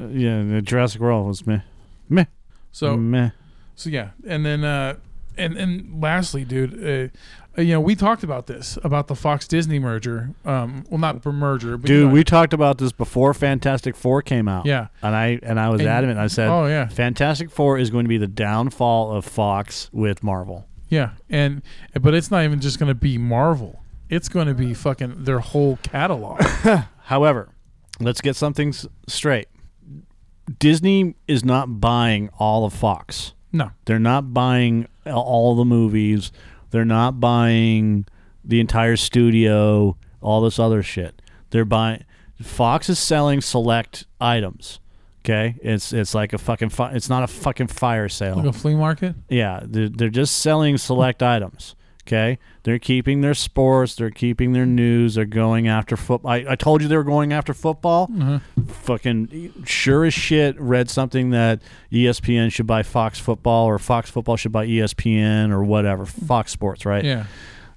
Yeah, the Jurassic World was meh. Meh.
So
meh.
So yeah, and then uh, and and lastly, dude, uh, you know we talked about this about the Fox Disney merger. Um, well, not per merger, but you
Dude,
know-
we talked about this before Fantastic Four came out.
Yeah.
And I and I was
And-
adamant. I said
Oh, yeah.
Fantastic Four is going to be the downfall of Fox with Marvel.
yeah, and but it's not even just gonna be Marvel. It's gonna be fucking their whole catalog.
However, let's get something s- straight. Disney is not buying all of Fox.
no,
They're not buying all the movies. They're not buying the entire studio, all this other shit. They're buying Fox is selling select items. Okay? It's it's like a fucking fi- it's not a fucking fire sale.
like a flea market.
Yeah, they're, they're just selling select items. Okay, they're keeping their sports, they're keeping their news, they're going after football. I, I told you they were going after football. Fucking sure as shit, read something that E ESPN should buy Fox Football or Fox Football should buy E ESPN or whatever Fox Sports, right?
Yeah,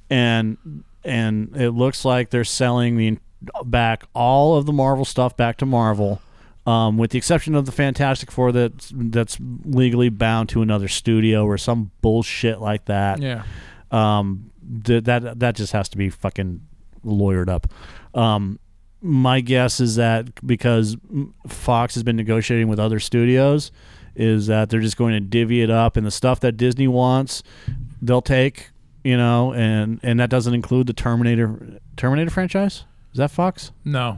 and and it looks like they're selling the back all of the Marvel stuff back to Marvel, um, with the exception of the Fantastic Four that's that's legally bound to another studio or some bullshit like that.
yeah,
Um, th- that that just has to be fucking lawyered up. Um, my guess is that because Fox has been negotiating with other studios, is that they're just going to divvy it up, and the stuff that Disney wants, they'll take. You know, and and that doesn't include the Terminator Terminator franchise. Is that Fox?
no,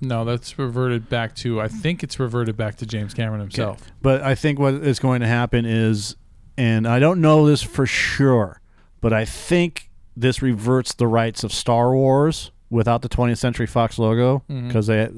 no, that's reverted back to. I think it's reverted back to James Cameron himself.
But I think what is going to happen is, and I don't know this for sure, but I think this reverts the rights of Star Wars without the 20th Century Fox logo because they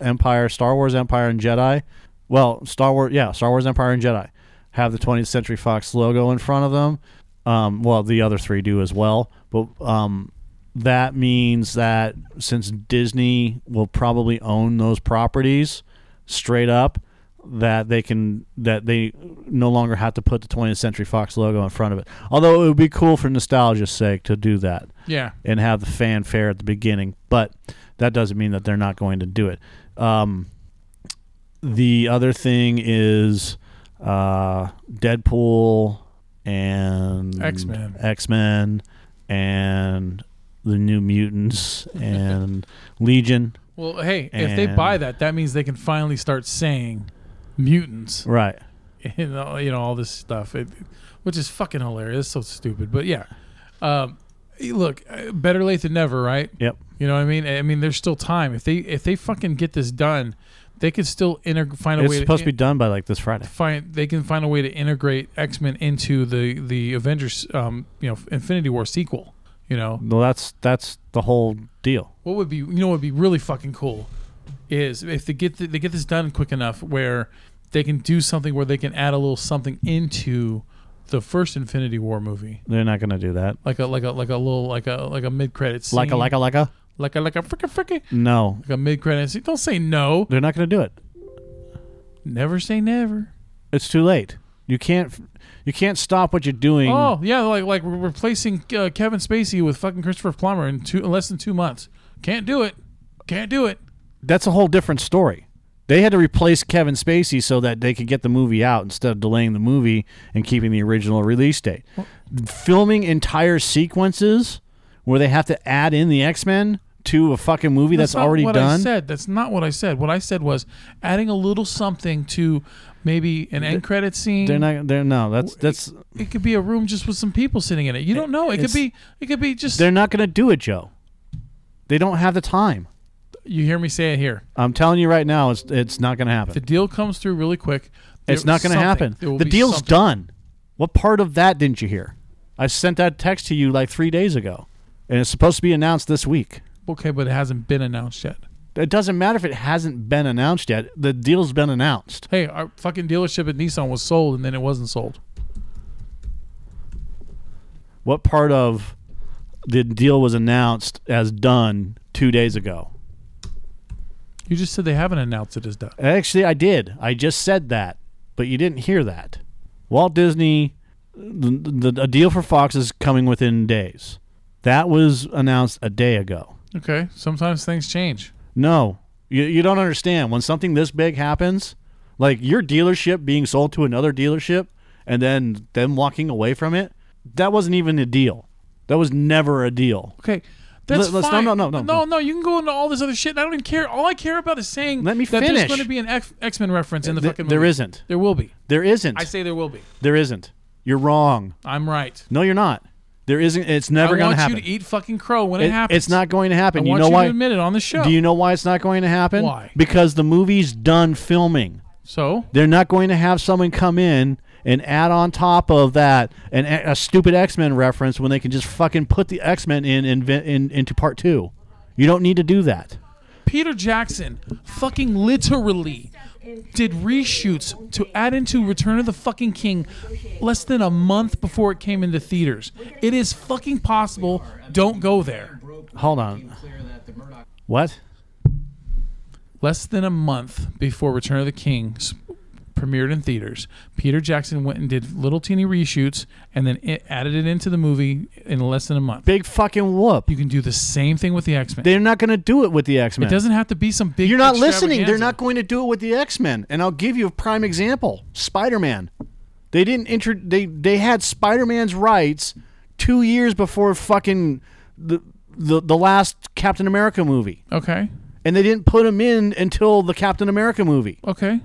Empire, Star Wars Empire, and Jedi. Well, Star Wars, yeah, Star Wars Empire and Jedi have the 20th Century Fox logo in front of them. Um, well, the other three do as well, but um, that means that since Disney will probably own those properties straight up, that they can that they no longer have to put the 20th Century Fox logo in front of it. Although it would be cool for nostalgia's sake to do that
Yeah,
and have the fanfare at the beginning, but that doesn't mean that they're not going to do it. Um, the other thing is uh, Deadpool and
X-Men.
X Men, and the New Mutants and Legion.
Well, hey, if they
And-
buy that, that means they can finally start saying mutants
Right.
and all, you know all this stuff, it, which is fucking hilarious. It's so stupid, but yeah. Um, look, uh, better late than never, right?
Yep.
You know what I mean? I mean, there's still time. If they if they fucking get this done, they could still integ- find a
It's
way.
supposed
to,
to be done by like this Friday.
find they can find a way to integrate X Men into the the Avengers, um, you know, Infinity War sequel. You know,
Well, that's that's the whole deal.
what would be you know what would be really fucking cool is if they get th they get this done quick enough where they can do something where they can add a little something into the first Infinity War movie,
They're not going to do that.
like a like a like a little like a like a mid credits
Like a like a like a.
like a like a fricka fricka
No,
like a mid credits. Don't say no.
they're not going to do it.
Never say never.
It's too late. You can't you can't stop what you're doing.
Oh yeah, like like we're replacing uh, Kevin Spacey with fucking Christopher Plummer in two in less than two months. Can't do it. Can't do it.
That's a whole different story. They had to replace Kevin Spacey so that they could get the movie out instead of delaying the movie and keeping the original release date. Filming entire sequences where they have to add in the X Men to a fucking movie that's,
not
already
what I
done.
said that's not what I said. What I said was adding a little something to maybe an end credit scene.
They're not. They're no. That's that's.
It could be a room just with some people sitting in it. You don't know. It could
It's-
be. It could be just.
They're not going to do it, Joe. They don't have the time.
You hear me say it here.
I'm telling you right now, it's it's not going to
The
happen.
deal comes through really quick. There-
it's not going to
something.
happen.
There will
The
be
deal's
something.
done. What part of that didn't you hear? I sent that text to you like three days ago, and it's supposed to be announced this week.
Okay, but it hasn't been announced yet.
It doesn't matter if it hasn't been announced yet. The deal's been announced.
Hey, our fucking dealership at Nissan was sold, and then it wasn't sold.
What part of the deal was announced as done two days ago?
You just said they haven't announced it as done.
Actually, I did. I just said that, but you didn't hear that. Walt Disney, the, the, a deal for Fox is coming within days. That was announced a day ago.
Okay. Sometimes things change.
No, you, you don't understand. When something this big happens, like your dealership being sold to another dealership and then them walking away from it, that wasn't even a deal. That was never a deal.
Okay. That's
let's- no,
fine.
no, no, no,
no,
no.
You can go into all this other shit. I don't even care. All I care about is saying
Let me
that there's
finish.
going to be an X Men reference in the
Th-
fucking.
there
movie.
isn't.
There will be.
There isn't.
I say there will be.
there isn't. You're wrong.
I'm right.
No, you're not. There isn't. It's never
I
going
want
to happen.
you to eat fucking crow when it,
It-
happens.
It's not going to happen.
I
you
want
know
you
why?
to admit it on the show.
Do you know why it's not going to happen?
Why?
Because the movie's done filming.
So
They're not going to have someone come in and add on top of that an, e, a stupid X Men reference when they can just fucking put the X Men in, in, in into part two. You don't need to do that.
Peter Jackson, fucking literally, did reshoots to add into Return of the Fucking King less than a month before it came into theaters. It is fucking possible. Don't go there.
Hold on. What?
less than a month before Return of the King s- premiered in theaters, Peter Jackson went and did little teeny reshoots and then it added it into the movie in less than a month.
Big fucking whoop.
You can do the same thing with the X Men.
They're not going to do it with the X Men.
It doesn't have to be some big.
You're not listening. They're not
extravaganza.
going to do it with the X Men. And I'll give you a prime example: Spider Man. They didn't intro. They they had Spider Man's rights two years before fucking the, the the last Captain America movie,
Okay.
and they didn't put him in until the Captain America movie.
Okay.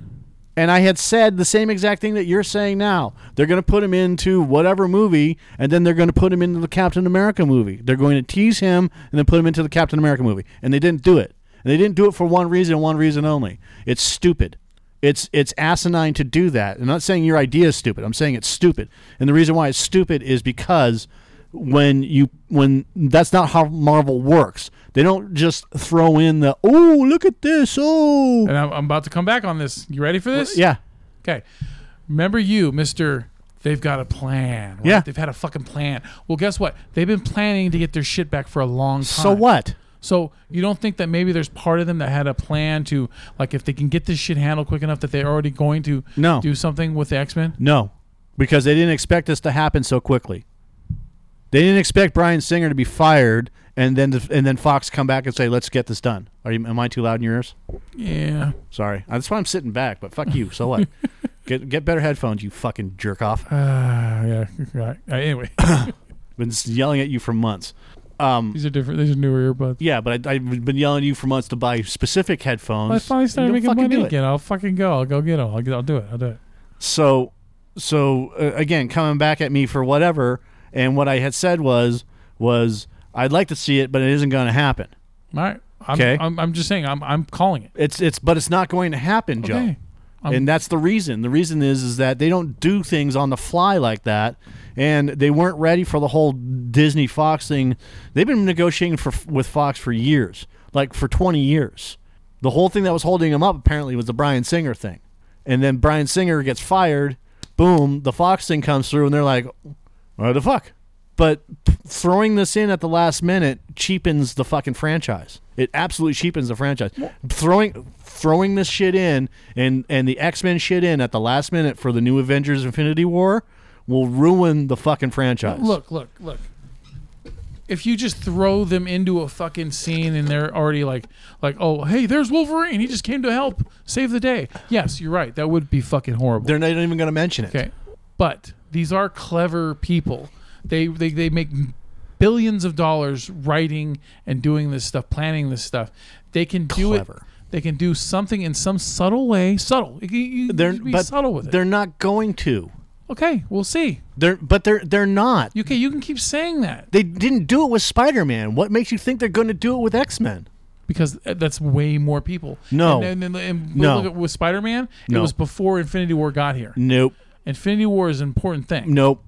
And I had said the same exact thing that you're saying now. They're going to put him into whatever movie, and then they're going to put him into the Captain America movie. They're going to tease him and then put him into the Captain America movie. And they didn't do it. And they didn't do it for one reason, one reason only. It's stupid. It's it's asinine to do that. I'm not saying your idea is stupid. I'm saying it's stupid. And the reason why it's stupid is because when you when that's not how Marvel works. They don't just throw in the oh look at this oh
And I'm, I'm about to come back on this. You ready for this?
yeah
Okay. Remember you, Mister. They've got a plan. right?
Yeah.
They've had a fucking plan. Well, guess what? They've been planning to get their shit back for a long time.
so what.
So you don't think that maybe there's part of them that had a plan to like if they can get this shit handled quick enough that they're already going to
No.
do something with the X Men?
No, because they didn't expect this to happen so quickly. They didn't expect Brian Singer to be fired and then and then Fox come back and say, "Let's get this done." Are you? Am I too loud in your ears?
Yeah.
Sorry, that's why I'm sitting back. But fuck you. So what? get get better headphones, you fucking jerk off.
Uh, yeah. Right. Uh, anyway,
Been s- yelling at you for months.
these are different. These are newer earbuds.
Yeah, but I, I've been yelling at you for months to buy specific headphones.
I finally started
You'll
making
fucking
money
do it.
again. I'll fucking go. I'll go get them. I'll, get, I'll do it. I'll do it.
So, so uh, again, coming back at me for whatever, and what I had said was, was I'd like to see it, but it isn't going to happen.
All right. I'm,
Okay.
I'm, I'm just saying. I'm I'm calling it.
It's it's but it's not going to happen, Joe.
Okay. I'm-
and that's the reason. The reason is is that they don't do things on the fly like that, and they weren't ready for the whole Disney Fox thing. They've been negotiating for with Fox for years, like for twenty years. The whole thing that was holding them up apparently was the Brian Singer thing, and then Brian Singer gets fired. Boom, the Fox thing comes through, and they're like, "What the fuck?" But p- throwing this in at the last minute cheapens the fucking franchise. It absolutely cheapens the franchise. Throwing throwing this shit in and and the X Men shit in at the last minute for the new Avengers Infinity War will ruin the fucking franchise.
Look, look, look. If you just throw them into a fucking scene and they're already like, like, oh, hey, there's Wolverine. He just came to help save the day. Yes, you're right. That would be fucking horrible.
they're not even going to mention it.
Okay. But these are clever people. They, they they make billions of dollars writing and doing this stuff, planning this stuff. They can do
Clever.
it. They can do something in some subtle way. Subtle. You- you-
They're
you be
but
subtle with it.
they're not going to.
okay, we'll see.
They're but they're they're not.
Okay, you can keep saying that
They didn't do it with Spider Man. What makes you think they're going to do it with X Men?
because that's way more people.
No.
And, then- and, and
No.
look at- with Spider Man,
No.
it was before Infinity War got here.
Nope.
Infinity War is an important thing.
Nope.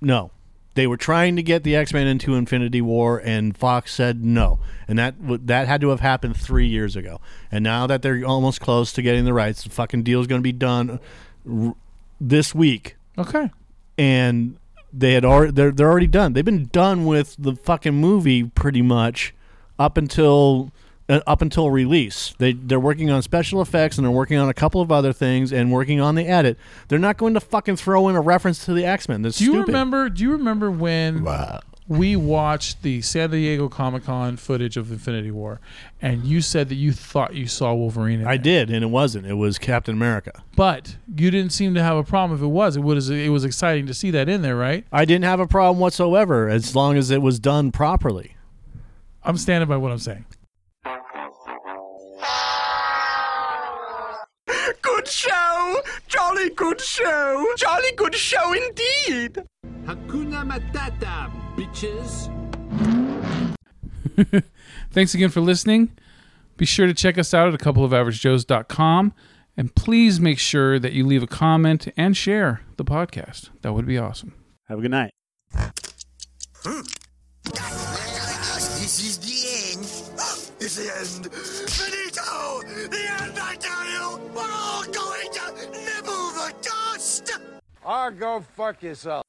No. They were trying to get the X Men into Infinity War, and Fox said no, and that w- that had to have happened three years ago. And now that they're almost close to getting the rights, the fucking deal's going to be done r- this week,
Okay.
and they had already they're they're already done. They've been done with the fucking movie pretty much up until uh, up until release. They they're working on special effects and they're working on a couple of other things and working on the edit. They're not going to fucking throw in a reference to the X Men. That's
Do you
stupid.
remember? Do you remember when we watched the San Diego Comic Con footage of Infinity War, and you said that you thought you saw Wolverine? In
I
there,
did, and it wasn't. It was Captain America.
but you didn't seem to have a problem if it was. It was it was exciting to see that in there, right?
I didn't have a problem whatsoever as long as it was done properly.
I'm standing by what I'm saying.
Good show! Jolly good show! Jolly good show indeed!
Hakuna Matata, bitches.
Thanks again for listening. Be sure to check us out at a couple of averagejoes.com and please make sure that you leave a comment and share the podcast. That would be awesome.
Have a good night.
This is the end. It's the end. Finito! The end, I tell you! We're all going to nibble the dust! Or go fuck yourself.